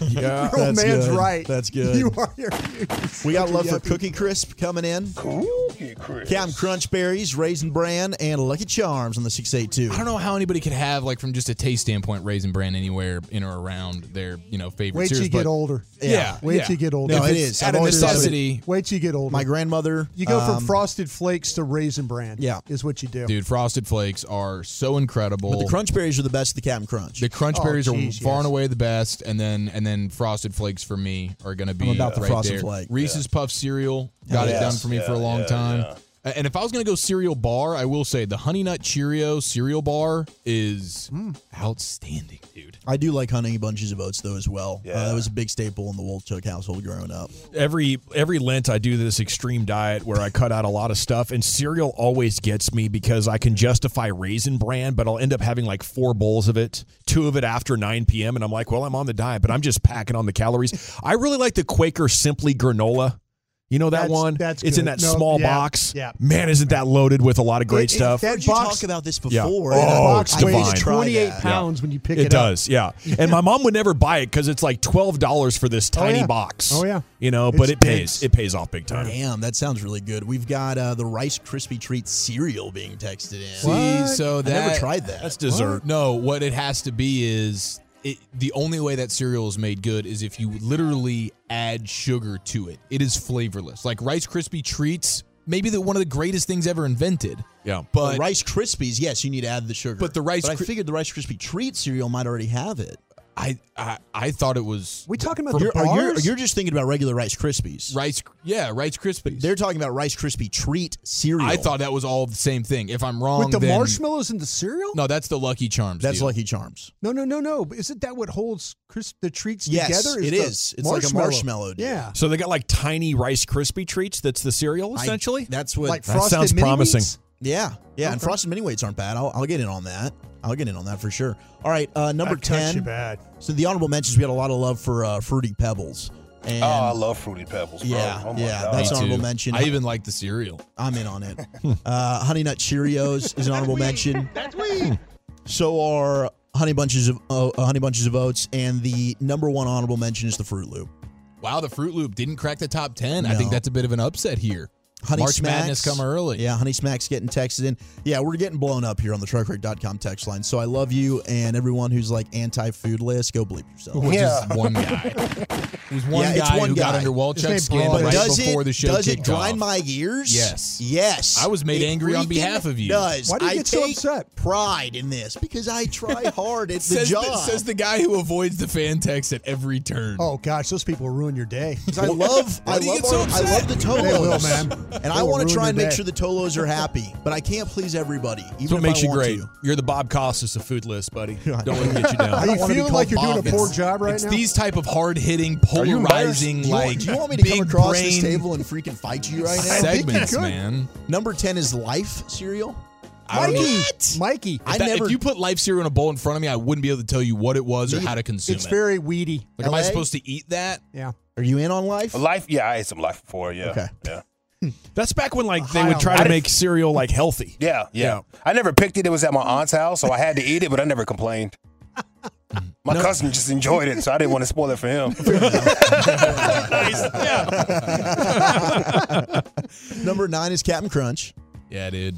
Speaker 1: Yeah.
Speaker 2: Your old
Speaker 3: That's
Speaker 2: man's
Speaker 3: good.
Speaker 2: right.
Speaker 3: That's good.
Speaker 2: You are. You're, you're
Speaker 3: We got
Speaker 2: such a
Speaker 3: love for
Speaker 2: yuppie.
Speaker 3: Cookie Crisp coming in.
Speaker 6: Cookie Chris.
Speaker 3: Captain Crunch Berries, Raisin Bran, and Lucky Charms on the 682.
Speaker 4: I don't know how anybody could have like from just a taste standpoint raisin bran anywhere in or around their you know favorite.
Speaker 2: Wait till
Speaker 4: cereals,
Speaker 2: you get
Speaker 4: but
Speaker 2: older.
Speaker 4: Yeah,
Speaker 2: Wait
Speaker 4: yeah.
Speaker 2: till you get older.
Speaker 3: No,
Speaker 4: If
Speaker 3: it
Speaker 4: it's
Speaker 3: is.
Speaker 4: out
Speaker 3: I've
Speaker 4: of
Speaker 3: always said it.
Speaker 4: necessity,
Speaker 2: Wait till you get older.
Speaker 3: My grandmother.
Speaker 2: you go from
Speaker 3: um,
Speaker 2: frosted flakes to raisin bran.
Speaker 3: Yeah.
Speaker 2: is what you do.
Speaker 4: dude. Frosted flakes are so incredible.
Speaker 3: But the Crunch Berries are the best of the Captain Crunch.
Speaker 4: The crunch
Speaker 2: Oh,
Speaker 4: berries
Speaker 2: geez,
Speaker 4: are far
Speaker 2: yes.
Speaker 4: and away the best, and then and then frosted flakes for me are going to be
Speaker 3: about the
Speaker 4: right
Speaker 3: Frosted
Speaker 4: there.
Speaker 3: Flake.
Speaker 4: Reese's Puff cereal got
Speaker 3: yes.
Speaker 4: it done for me for a long time. A- And if I was going to go cereal bar, I will say the Honey Nut Cheerio cereal bar is
Speaker 3: Mm.
Speaker 4: outstanding, dude.
Speaker 3: I do like hunting bunches of oats though as well. Uh,
Speaker 6: Yeah.
Speaker 3: that was a big staple in the Wolchuk household growing up.
Speaker 1: every every Lent I do this extreme diet where I cut out a lot of stuff, and cereal always gets me because I can justify raisin bran, but I'll end up having like four bowls of it, two of it after 9 p.m., and I'm like, well, I'm on the diet, but I'm just packing on the calories. I really like the Quaker Simply granola. You know that
Speaker 2: That's-
Speaker 1: one?
Speaker 2: that's
Speaker 1: it's in
Speaker 2: good.
Speaker 1: that
Speaker 2: No,
Speaker 1: small
Speaker 2: yeah,
Speaker 1: box.
Speaker 2: yeah.
Speaker 1: Man, isn't that loaded with a lot of great
Speaker 2: It- it-
Speaker 1: stuff?
Speaker 2: that
Speaker 3: Did you
Speaker 2: box-
Speaker 3: talk about this
Speaker 1: Yeah.
Speaker 3: before?
Speaker 1: Oh,
Speaker 3: and I-
Speaker 1: it's
Speaker 3: I need to
Speaker 1: divine.
Speaker 3: try that.
Speaker 2: 28 pounds when you pick
Speaker 1: It,
Speaker 2: it, up.
Speaker 1: does, yeah. And my mom would never buy it because it's like twelve dollars for this tiny
Speaker 2: yeah.
Speaker 1: box.
Speaker 2: Oh, yeah.
Speaker 1: you know, but
Speaker 2: It's
Speaker 1: it pays.
Speaker 2: big.
Speaker 1: It pays off big time.
Speaker 3: Damn, that sounds really good. We've got uh, the Rice Krispie Treat cereal being texted in.
Speaker 4: See, so
Speaker 3: I
Speaker 4: that
Speaker 3: never tried that.
Speaker 1: That's dessert.
Speaker 4: No, what it has to be is it, the only way that cereal is made good is if you literally add sugar to it. It is flavorless. Like Rice Krispie treats, maybe the one of the greatest things ever invented.
Speaker 1: Yeah.
Speaker 4: but
Speaker 3: The Rice Krispies, yes, you need to add the sugar.
Speaker 4: But the Rice
Speaker 3: But I
Speaker 4: Kri-
Speaker 3: figured the Rice Krispie Treat cereal might already have it.
Speaker 4: I, I I thought it was
Speaker 2: We talking about
Speaker 3: You're,
Speaker 2: the
Speaker 3: or
Speaker 2: bars?
Speaker 3: you're, or you're just thinking about regular Rice Krispies.
Speaker 4: Rice. Yeah, Rice Krispies.
Speaker 3: They're talking about Rice Krispie Treat cereal.
Speaker 4: I thought that was all the same thing. If I'm wrong,
Speaker 2: with the
Speaker 4: then-
Speaker 2: marshmallows and the cereal?
Speaker 4: No, that's the Lucky Charms.
Speaker 3: that's
Speaker 4: deal.
Speaker 3: Lucky Charms.
Speaker 2: no, no, no, no. But Isn't that what holds crisp, the treats
Speaker 3: Yes,
Speaker 2: together?
Speaker 3: it
Speaker 2: the
Speaker 3: is. It's like a marshmallow, dude.
Speaker 2: Yeah,
Speaker 1: So they got like tiny Rice Krispie treats. That's the cereal
Speaker 3: I-
Speaker 1: essentially.
Speaker 3: that's what.
Speaker 2: like
Speaker 1: That
Speaker 2: frosted
Speaker 1: sounds
Speaker 2: mini
Speaker 1: promising.
Speaker 2: wheats?
Speaker 3: yeah, yeah. And
Speaker 2: Okay.
Speaker 3: Frosted Mini Weights aren't bad. I'll, I'll get in on that. I'll get in on that for sure. All right, uh, number
Speaker 2: That cuts you
Speaker 3: ten.
Speaker 2: bad.
Speaker 3: So the honorable mentions, we had a lot of love for uh, Fruity Pebbles. And
Speaker 6: Oh, I love Fruity Pebbles, bro.
Speaker 3: Yeah,
Speaker 6: oh my
Speaker 3: yeah,
Speaker 6: God.
Speaker 3: that's
Speaker 4: Me
Speaker 3: honorable
Speaker 4: too.
Speaker 3: mention.
Speaker 4: I even like the cereal.
Speaker 3: I'm in on it. uh, Honey Nut Cheerios is an honorable mention. That's weed. So are Honey Bunches of uh, Honey Bunches of Oats, and the number one honorable mention is the Fruit Loop.
Speaker 4: Wow, the Fruit Loop didn't crack the top ten. I
Speaker 3: No.
Speaker 4: think that's a bit of an upset here.
Speaker 3: Honey
Speaker 4: March
Speaker 3: Smacks.
Speaker 4: Madness come early.
Speaker 3: Yeah, Honey Smacks getting texted in. Yeah, we're getting blown up here on the truckrate.com text line. So I love you and everyone who's like anti food list, go bleep yourself.
Speaker 4: Which is one guy. There's one
Speaker 3: Yeah, it's
Speaker 4: guy
Speaker 3: one
Speaker 4: who got
Speaker 3: guy.
Speaker 4: under Walchuk's
Speaker 3: His name
Speaker 4: skin
Speaker 3: Braun.
Speaker 4: right
Speaker 3: But does
Speaker 4: before
Speaker 3: it-
Speaker 4: the show
Speaker 3: does it
Speaker 4: kicked
Speaker 3: grind
Speaker 4: off.
Speaker 3: my gears?
Speaker 4: Yes.
Speaker 3: Yes.
Speaker 4: I was made
Speaker 3: It
Speaker 4: angry on
Speaker 3: freaking
Speaker 4: behalf of you.
Speaker 3: Does.
Speaker 4: Why do you
Speaker 3: I
Speaker 4: get so
Speaker 3: take pride in this because I try hard at the
Speaker 4: says
Speaker 3: job.
Speaker 4: says the guy who avoids the fan text at every turn.
Speaker 2: Oh gosh, those people ruin your day.
Speaker 3: 'Cause I love, I
Speaker 4: Why do you
Speaker 3: love,
Speaker 4: get so
Speaker 3: our- I love the
Speaker 2: upset?
Speaker 3: Tolos,
Speaker 2: They will, man.
Speaker 3: And
Speaker 2: They
Speaker 3: I
Speaker 2: will
Speaker 3: want
Speaker 2: ruin
Speaker 3: to try and
Speaker 2: your
Speaker 3: make
Speaker 2: day.
Speaker 3: sure the Tolos are happy, but I can't please everybody. Even
Speaker 1: That's what
Speaker 3: if
Speaker 1: makes
Speaker 3: I
Speaker 1: you
Speaker 3: want
Speaker 1: great.
Speaker 3: to.
Speaker 1: You're the Bob Costas of food list, buddy. Don't let him get you down.
Speaker 3: Are you
Speaker 1: I don't wanna be
Speaker 3: feeling
Speaker 1: called
Speaker 3: like you're doing
Speaker 1: Bob.
Speaker 3: a poor
Speaker 1: It's-
Speaker 3: job right
Speaker 4: it's
Speaker 3: now?
Speaker 4: these type of hard hitting,
Speaker 3: Are you embarrassed?
Speaker 4: polarizing,
Speaker 3: Do you want-
Speaker 4: like
Speaker 3: do you want me to
Speaker 4: big
Speaker 3: come across
Speaker 4: brain
Speaker 3: this table and freaking fight you right now?
Speaker 4: segments, man.
Speaker 3: Number ten is life cereal.
Speaker 4: I don't know.
Speaker 2: Mikey,
Speaker 4: If, that- if you put life cereal in a bowl in front of me, I wouldn't be able to tell you what it was or how to consume
Speaker 2: It's
Speaker 4: it.
Speaker 2: very weedy.
Speaker 4: like, am I supposed to eat that?
Speaker 2: Yeah.
Speaker 3: Are you in on life?
Speaker 6: Life, yeah, I ate some life before. Yeah,
Speaker 1: Okay.
Speaker 6: yeah,
Speaker 1: That's back when like
Speaker 6: High
Speaker 1: they would
Speaker 6: on
Speaker 1: try to
Speaker 6: life.
Speaker 1: make cereal like healthy.
Speaker 6: yeah, yeah. I never picked it. It was at my aunt's house, so I had to eat it, but I never complained. My cousin just enjoyed it, so I didn't want to spoil it for him.
Speaker 3: Number nine is Captain Crunch.
Speaker 4: Yeah, dude.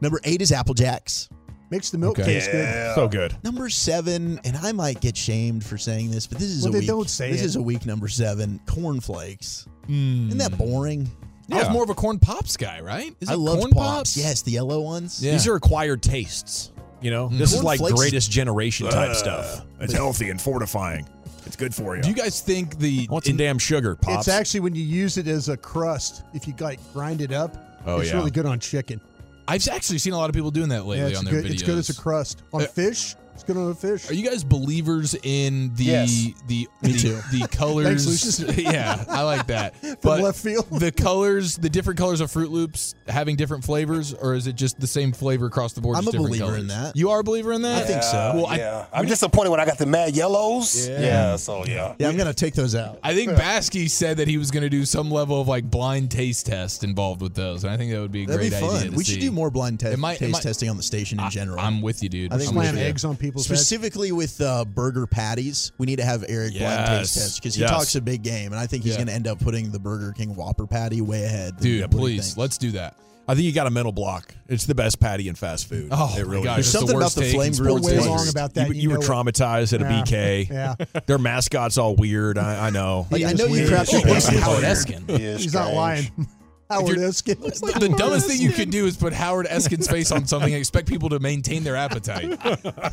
Speaker 3: Number eight is Apple Jacks.
Speaker 2: Makes the milk
Speaker 3: Okay.
Speaker 2: taste good.
Speaker 1: So good.
Speaker 3: Number seven, and I might get shamed for saying this, but this is
Speaker 2: Well,
Speaker 3: a
Speaker 2: then
Speaker 3: week.
Speaker 2: don't say
Speaker 3: this
Speaker 2: it.
Speaker 3: is a week number seven. Cornflakes.
Speaker 1: Hmm.
Speaker 3: Isn't that boring?
Speaker 4: I was more of a corn pops guy, right? Is
Speaker 3: I
Speaker 4: it
Speaker 3: loved
Speaker 4: corn
Speaker 3: pops.
Speaker 4: pops?
Speaker 3: Yes, the yellow ones.
Speaker 4: Yeah. Mm.
Speaker 1: These are acquired tastes. You know, this is
Speaker 3: Corn
Speaker 1: like
Speaker 3: Flakes-
Speaker 1: greatest generation type
Speaker 3: Ugh.
Speaker 1: stuff. It's healthy and fortifying. It's good for you.
Speaker 4: Do you guys think the
Speaker 1: want some damn sugar, pops?
Speaker 2: It's actually when you use it as a crust. If you like grind it up,
Speaker 1: Oh,
Speaker 2: it's
Speaker 1: yeah.
Speaker 2: really good on chicken.
Speaker 4: I've actually seen a lot of people doing that
Speaker 2: yeah,
Speaker 4: lately
Speaker 2: it's
Speaker 4: on their
Speaker 2: good.
Speaker 4: videos.
Speaker 2: It's good as a crust on
Speaker 4: Uh,
Speaker 2: fish. It's good on a fish.
Speaker 4: Are you guys believers in the
Speaker 2: Yes.
Speaker 4: the
Speaker 2: Me
Speaker 4: the,
Speaker 2: too.
Speaker 4: the
Speaker 2: Thanks,
Speaker 4: colors?
Speaker 2: Lucius.
Speaker 4: yeah, I like that. But
Speaker 2: left field.
Speaker 4: the colors, the different colors of Fruit Loops having different flavors, or is it just the same flavor across the board?
Speaker 3: I'm
Speaker 4: just
Speaker 3: a
Speaker 4: different
Speaker 3: believer
Speaker 4: colors?
Speaker 3: in that.
Speaker 4: You are a believer in that?
Speaker 3: I think so.
Speaker 4: Well, I-
Speaker 6: yeah, I, am disappointed when I got the mad yellows.
Speaker 4: Yeah.
Speaker 6: Yeah, so yeah.
Speaker 3: Yeah, I'm gonna take those out.
Speaker 4: I think Baskey said that he was going to do some level of like blind taste test involved with those, and I think that would be a
Speaker 3: That'd be
Speaker 4: great
Speaker 3: fun.
Speaker 4: idea. to
Speaker 3: we should
Speaker 4: see.
Speaker 3: do more blind te-
Speaker 4: It might- it
Speaker 3: taste
Speaker 4: might-
Speaker 3: testing on the station in general.
Speaker 4: I'm with you, dude.
Speaker 3: I think
Speaker 4: I'm
Speaker 3: we
Speaker 4: with
Speaker 3: should.
Speaker 4: you.
Speaker 2: eggs on people's heads.
Speaker 3: specifically with uh, burger patties. We need to have Eric blind
Speaker 4: Yes.
Speaker 3: taste test because he
Speaker 4: Yes.
Speaker 3: talks a big game, and I think he's
Speaker 4: Yeah.
Speaker 3: going to end up putting the Burger King Whopper patty way ahead. than
Speaker 4: Dude,
Speaker 3: what he
Speaker 4: please,
Speaker 3: thinks.
Speaker 4: let's do that.
Speaker 1: I think you got a mental block. It's the best patty in fast food.
Speaker 4: Oh,
Speaker 1: it
Speaker 4: my
Speaker 1: really
Speaker 4: gosh,
Speaker 1: is.
Speaker 4: it's the Something about worst the take in flame grilled sports
Speaker 2: way history. wrong about that,
Speaker 1: You,
Speaker 2: you
Speaker 1: you were
Speaker 2: know it.
Speaker 1: traumatized at a
Speaker 2: Yeah.
Speaker 1: BK.
Speaker 2: Yeah.
Speaker 1: Their mascot's all weird. I, I know.
Speaker 3: Like, I know you
Speaker 2: weird.
Speaker 3: crap
Speaker 2: It's
Speaker 3: on
Speaker 2: just
Speaker 3: Howard
Speaker 4: Howard
Speaker 3: Eskin.
Speaker 4: Eskin.
Speaker 2: He's not lying. Howard Eskin. Looks like
Speaker 4: the
Speaker 2: Howard
Speaker 4: dumbest thing you
Speaker 2: Eskin.
Speaker 4: could do is put Howard Eskin's face on something and expect people to maintain their appetite.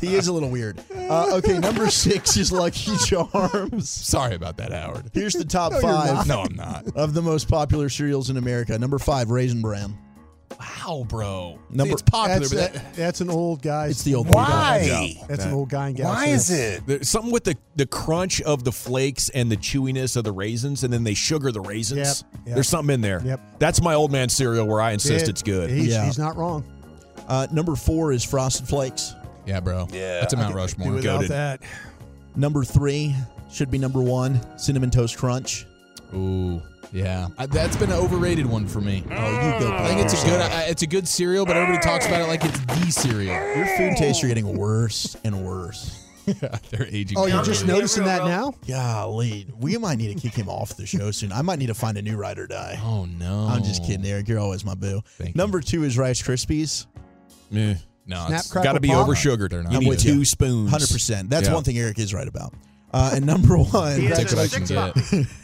Speaker 3: He is a little weird. Uh, okay, number six is Lucky Charms.
Speaker 4: Sorry about that, Howard.
Speaker 3: Here's the top
Speaker 2: No, you're
Speaker 3: five
Speaker 4: No, I'm not.
Speaker 3: of the most popular cereals in America. Number five, Raisin Bran.
Speaker 4: Wow, bro.
Speaker 3: Number-
Speaker 4: it's popular,
Speaker 2: That's,
Speaker 4: but that,
Speaker 2: that- that's an old guy.
Speaker 3: It's the old
Speaker 6: Why?
Speaker 2: That's an old guy and gal.
Speaker 6: Why
Speaker 2: cereal.
Speaker 6: is it?
Speaker 1: There's something with the, the crunch of the flakes and the chewiness of the raisins, and then they sugar the raisins.
Speaker 2: Yep, yep.
Speaker 1: There's something in there.
Speaker 2: Yep.
Speaker 1: That's my old man cereal where I insist
Speaker 2: Yeah,
Speaker 1: it's good.
Speaker 2: He's,
Speaker 3: Yeah.
Speaker 2: he's not wrong.
Speaker 3: Uh, number four is Frosted Flakes.
Speaker 4: yeah, bro.
Speaker 6: Yeah.
Speaker 4: That's a Mount
Speaker 2: Do
Speaker 4: Rushmore.
Speaker 2: without
Speaker 1: goated.
Speaker 2: that.
Speaker 3: Number three should be number one, Cinnamon Toast Crunch.
Speaker 4: Ooh, yeah. I, that's been an overrated one for me.
Speaker 3: Oh, you go.
Speaker 4: I think it's a good, I, it's a good cereal, but everybody talks about it like it's the cereal.
Speaker 3: Your food tastes are getting worse and worse.
Speaker 4: They're aging.
Speaker 2: Oh, you're
Speaker 4: poorly.
Speaker 2: just noticing that now?
Speaker 3: Golly, we might need to kick him off the show soon. I might need to find a new ride or die.
Speaker 4: Oh no.
Speaker 3: I'm just kidding, Eric. You're always my boo.
Speaker 4: Thank you.
Speaker 3: Number two is Rice Krispies.
Speaker 1: Yeah.
Speaker 4: No,
Speaker 2: Snap,
Speaker 4: it's
Speaker 2: crackle,
Speaker 1: Got to be
Speaker 2: pop.
Speaker 1: over sugared.
Speaker 4: They're not
Speaker 1: You
Speaker 4: good.
Speaker 1: need two
Speaker 3: you.
Speaker 1: spoons.
Speaker 3: 100%. That's
Speaker 1: Yeah.
Speaker 3: one thing Eric is right about. Uh, and number one,
Speaker 4: Take what I can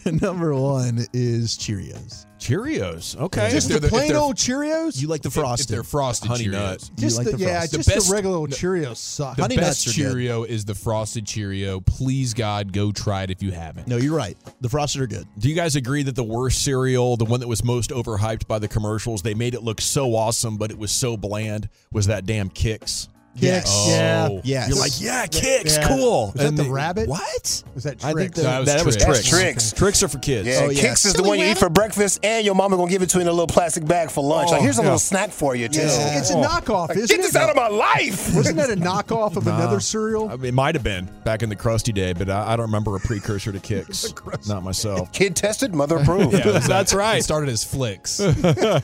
Speaker 4: get.
Speaker 3: number one is Cheerios.
Speaker 1: Cheerios. Okay.
Speaker 2: Just
Speaker 4: If they're
Speaker 2: the
Speaker 4: the- if
Speaker 2: plain
Speaker 4: they're-
Speaker 2: old Cheerios?
Speaker 3: You like the
Speaker 4: If- If
Speaker 3: frosted.
Speaker 4: they're frosted
Speaker 1: Honey
Speaker 4: Cheerios.
Speaker 1: nut.
Speaker 3: you
Speaker 2: just
Speaker 3: like the
Speaker 2: yeah,
Speaker 3: frosted.
Speaker 2: just
Speaker 4: The best-
Speaker 2: the regular old Cheerios suck.
Speaker 4: The
Speaker 3: Honey
Speaker 4: best
Speaker 3: nuts are good.
Speaker 4: Cheerio is the frosted Cheerio. Please God, go try it if you haven't.
Speaker 3: no, you're right. The frosted are good.
Speaker 1: Do you guys agree that the worst cereal, the one that was most overhyped by the commercials, they made it look so awesome, but it was so bland, was that damn Kicks?
Speaker 2: Kix, yeah.
Speaker 4: Oh.
Speaker 3: Yes.
Speaker 1: You're like, yeah, Kicks,
Speaker 2: Yeah.
Speaker 1: cool.
Speaker 2: Was that the rabbit?
Speaker 1: What?
Speaker 2: Was that
Speaker 1: I think
Speaker 2: Trix?
Speaker 4: that was
Speaker 1: that was
Speaker 4: Trix.
Speaker 1: tricks.
Speaker 6: That's Trix.
Speaker 1: Tricks are for kids.
Speaker 6: Yeah,
Speaker 3: Oh, yeah.
Speaker 6: Kix is the one you eat for breakfast, and your mama gonna give it to you in a little plastic bag for lunch.
Speaker 1: Oh,
Speaker 6: like, here's a
Speaker 1: yeah.
Speaker 6: little snack for you too.
Speaker 2: It's- It's a knockoff,
Speaker 6: Like,
Speaker 2: isn't
Speaker 6: get
Speaker 2: it?
Speaker 6: this out of my life.
Speaker 2: Wasn't that a knockoff of another cereal?
Speaker 1: I mean, it might have been back in the crusty day, but I, I don't remember a precursor to Kicks. Not myself.
Speaker 6: Kid tested, mother approved.
Speaker 1: Yeah, that's
Speaker 4: It
Speaker 1: right.
Speaker 4: started as flicks.
Speaker 1: I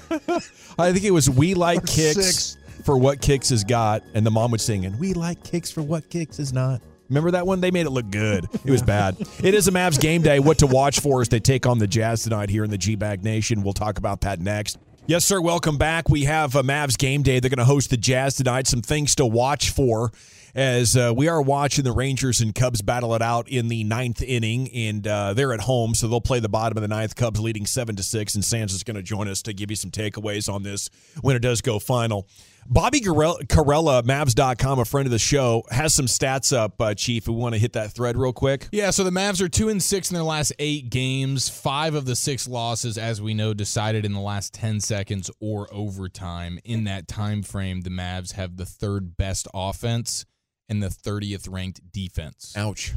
Speaker 1: think it was We Like Kicks
Speaker 2: six.
Speaker 1: for What Kicks Has Got, and the mom would sing, and We Like Kicks for What Kicks Is Not. Remember that one? They made it look good. It was bad. it is a Mavs game day. What to watch for as they take on the Jazz tonight here in the G Bag Nation. We'll talk about that next. Yes, sir. Welcome back. We have uh, Mavs game day. They're going to host the Jazz tonight. Some things to watch for as uh, we are watching the Rangers and Cubs battle it out in the ninth inning, and uh, they're at home, so they'll play the bottom of the ninth. Cubs leading seven to six, and Sands is going to join us to give you some takeaways on this when it does go final. Bobby Carella, Carella Mavs.com, a friend of the show, has some stats up, uh, Chief. We want to hit that thread real quick.
Speaker 4: Yeah, so the Mavs are two and six in their last eight games. Five of the six losses, as we know, decided in the last ten seconds or overtime. In that time frame, the Mavs have the third best offense and the thirtieth ranked defense.
Speaker 1: Ouch.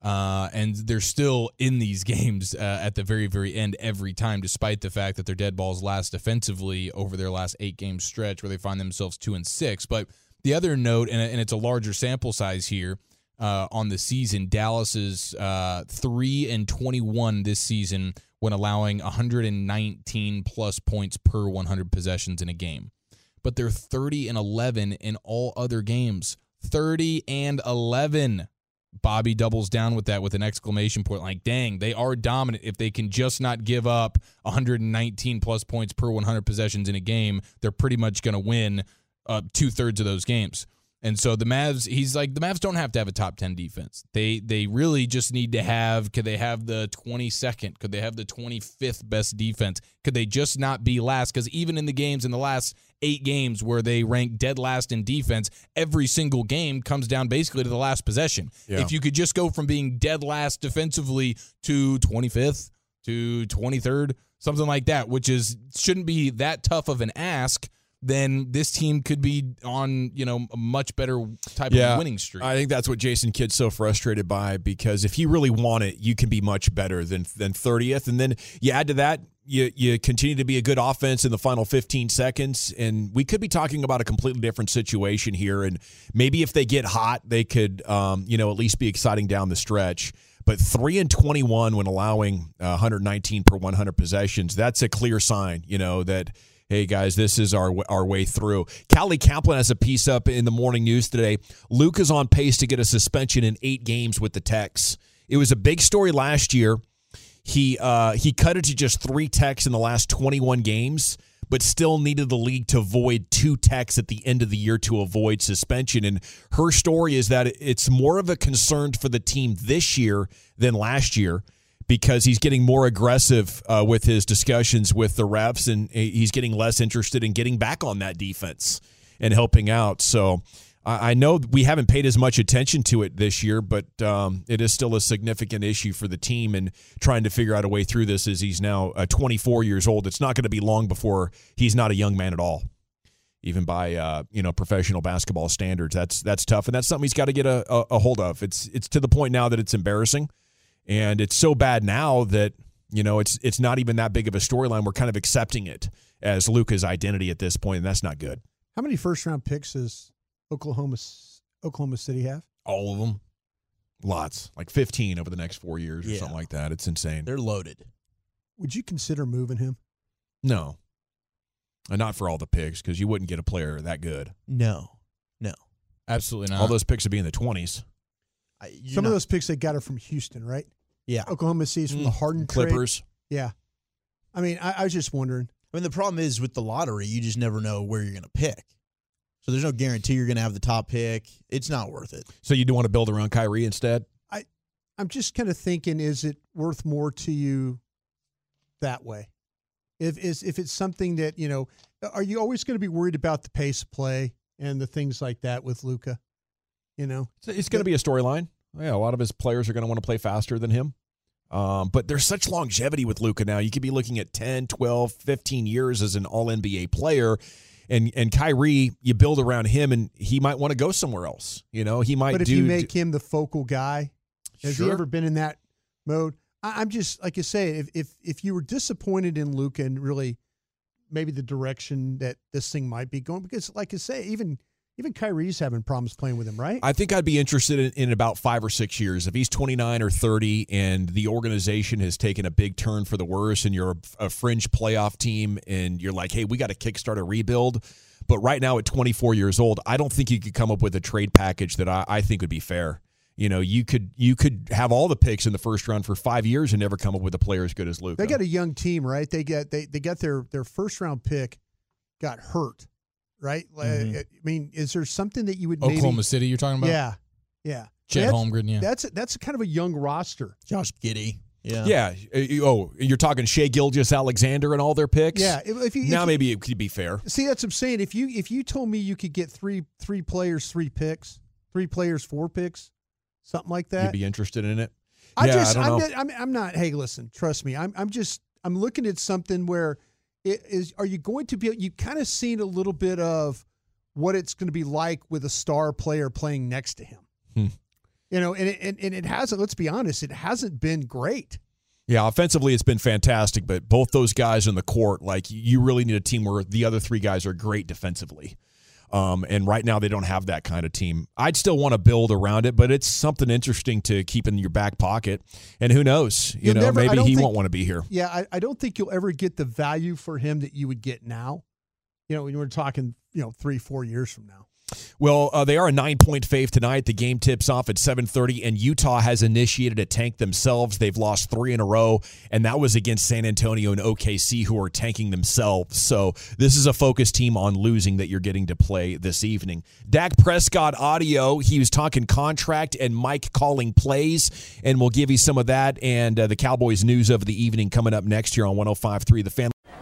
Speaker 4: Uh, and they're still in these games uh, at the very, very end every time, despite the fact that their dead balls last defensively over their last eight game stretch, where they find themselves two and six. But the other note, and, and it's a larger sample size here uh, on the season. Dallas is uh, three and twenty-one this season when allowing 119 plus points per 100 possessions in a game, but they're 30 and 11 in all other games. 30 and 11. Bobby doubles down with that with an exclamation point like, dang, they are dominant. If they can just not give up 119 plus points per 100 possessions in a game, they're pretty much going to win uh, two thirds of those games. And so the Mavs, he's like, the Mavs don't have to have a top 10 defense. They they really just need to have, could they have the 22nd? Could they have the 25th best defense? Could they just not be last? Because even in the games in the last eight games where they rank dead last in defense, every single game comes down basically to the last possession.
Speaker 1: Yeah.
Speaker 4: If you could just go from being dead last defensively to 25th to 23rd, something like that, which is shouldn't be that tough of an ask, then this team could be on, you know, a much better type of winning streak.
Speaker 1: I think that's what Jason Kidd's so frustrated by because if you really want it, you can be much better than than 30th. And then you add to that, you you continue to be a good offense in the final 15 seconds, and we could be talking about a completely different situation here. And maybe if they get hot, they could, um, you know, at least be exciting down the stretch. But three and 21 when allowing uh, 119 per 100 possessions, that's a clear sign, you know, that hey guys, this is our our way through. Callie Kaplan has a piece up in the morning news today. Luke is on pace to get a suspension in eight games with the Tex. It was a big story last year. He uh, he cut it to just three techs in the last 21 games, but still needed the league to void two techs at the end of the year to avoid suspension. And her story is that it's more of a concern for the team this year than last year because he's getting more aggressive uh, with his discussions with the refs and uh, he's getting less interested in getting back on that defense and helping out. So I, I know we haven't paid as much attention to it this year, but um, it is still a significant issue for the team and trying to figure out a way through this as he's now uh, 24 years old. It's not going to be long before he's not a young man at all. Even by uh, you know professional basketball standards, that's that's tough, and that's something he's got to get a, a, a hold of. It's it's to the point now that it's embarrassing and it's so bad now that you know it's it's not even that big of a storyline. We're kind of accepting it as Luca's identity at this point, and that's not good.
Speaker 2: How many first round picks does Oklahoma Oklahoma City have?
Speaker 1: All of them, lots, like fifteen over the next four years or
Speaker 2: Yeah.
Speaker 1: something like that. It's insane.
Speaker 3: They're loaded.
Speaker 2: Would you consider moving him?
Speaker 1: No, and not for all the picks because you wouldn't get a player that good.
Speaker 3: No, no.
Speaker 4: Absolutely
Speaker 1: All those picks would be in the twenties.
Speaker 2: Some of those picks they got are from Houston, right?
Speaker 3: Yeah.
Speaker 2: Oklahoma City's from
Speaker 3: Mm,
Speaker 2: the Harden trade.
Speaker 3: Clippers.
Speaker 2: Yeah. I mean, I, I was just wondering.
Speaker 3: I mean, the problem is with the lottery, you just never know where you're going to pick. So there's no guarantee you're going to have the top pick. It's not worth it.
Speaker 1: So you do want to build around Kyrie instead?
Speaker 2: I I'm just kind of thinking, is it worth more to you that way? If is if it's something that you know, are you always going to be worried about the pace of play and the things like that with Luca? You know,
Speaker 1: It's, it's going to be a storyline. Yeah, a lot of his players are going to want to play faster than him. Um, but there's such longevity with Luca now. You could be looking at 10, 12, 15 years as an all NBA player. And and Kyrie, you build around him and he might want to go somewhere else. You know, he might
Speaker 2: but if
Speaker 1: do
Speaker 2: you make him the focal guy, has he
Speaker 1: Sure.
Speaker 2: ever been in that mode? I, I'm just like you say, if if if you were disappointed in Luca and really maybe the direction that this thing might be going, because like I say, even even Kyrie's having problems playing with him, right?
Speaker 1: I think I'd be interested in, in about five or six years. If he's 29 or 30 and the organization has taken a big turn for the worse and you're a, a fringe playoff team and you're like, hey, we got to kickstart a rebuild. But right now at 24 years old, I don't think you could come up with a trade package that I, I think would be fair. You know, you could you could have all the picks in the first round for five years and never come up with a player as good as Luke.
Speaker 2: They got a young team, right? They got they they got their their first round pick got hurt, right? Like,
Speaker 4: Mhm.
Speaker 2: I mean, is there something that you would maybe-
Speaker 4: Oklahoma City, you're talking about?
Speaker 2: Yeah, yeah.
Speaker 4: Chet
Speaker 2: That's-
Speaker 4: Holmgren, yeah.
Speaker 2: That's that's kind of a young roster.
Speaker 3: Josh Giddy. Yeah.
Speaker 1: Yeah. Uh, you- Oh, you're talking Shea Gilgis Alexander and all their picks.
Speaker 2: Yeah, if- if you- if
Speaker 1: now
Speaker 2: you-
Speaker 1: maybe it could be fair.
Speaker 2: See, that's what I'm saying. If you if you told me you could get three three players, three picks, three players, four picks, something like that,
Speaker 1: You'd be interested in it.
Speaker 2: I
Speaker 1: yeah,
Speaker 2: just
Speaker 1: I
Speaker 2: am
Speaker 1: don't know.
Speaker 2: Not, I'm I'm not. Hey, listen, trust me. I'm I'm just I'm looking at something where it is. Are you going to be? You kind of seen a little bit of what it's going to be like with a star player playing next to him.
Speaker 1: Hmm.
Speaker 2: You know, and it, and, and it hasn't. Let's be honest, it hasn't been great.
Speaker 1: Yeah, offensively it's been fantastic, but both those guys in the court, like you really need a team where the other three guys are great defensively. Um, and right now they don't have that kind of team. I'd still want to build around it, but it's something interesting to keep in your back pocket. And who knows? You
Speaker 2: You'll
Speaker 1: know,
Speaker 2: never- I
Speaker 1: maybe
Speaker 2: don't
Speaker 1: he
Speaker 2: think-
Speaker 1: won't want to be here.
Speaker 2: Yeah, I, I don't think you'll ever get the value for him that you would get now. You know, when we're talking, you know, three four years from now.
Speaker 1: Well, uh, they are a nine-point fave tonight. The game tips off at 7:30, and Utah has initiated a tank themselves. They've lost three in a row, and that was against San Antonio and OKC, who are tanking themselves. So this is a focused team on losing that you're getting to play this evening. Dak Prescott audio. He was talking contract and Mike calling plays, and we'll give you some of that and uh, the Cowboys news of the evening coming up next year on 105.3 The Fan.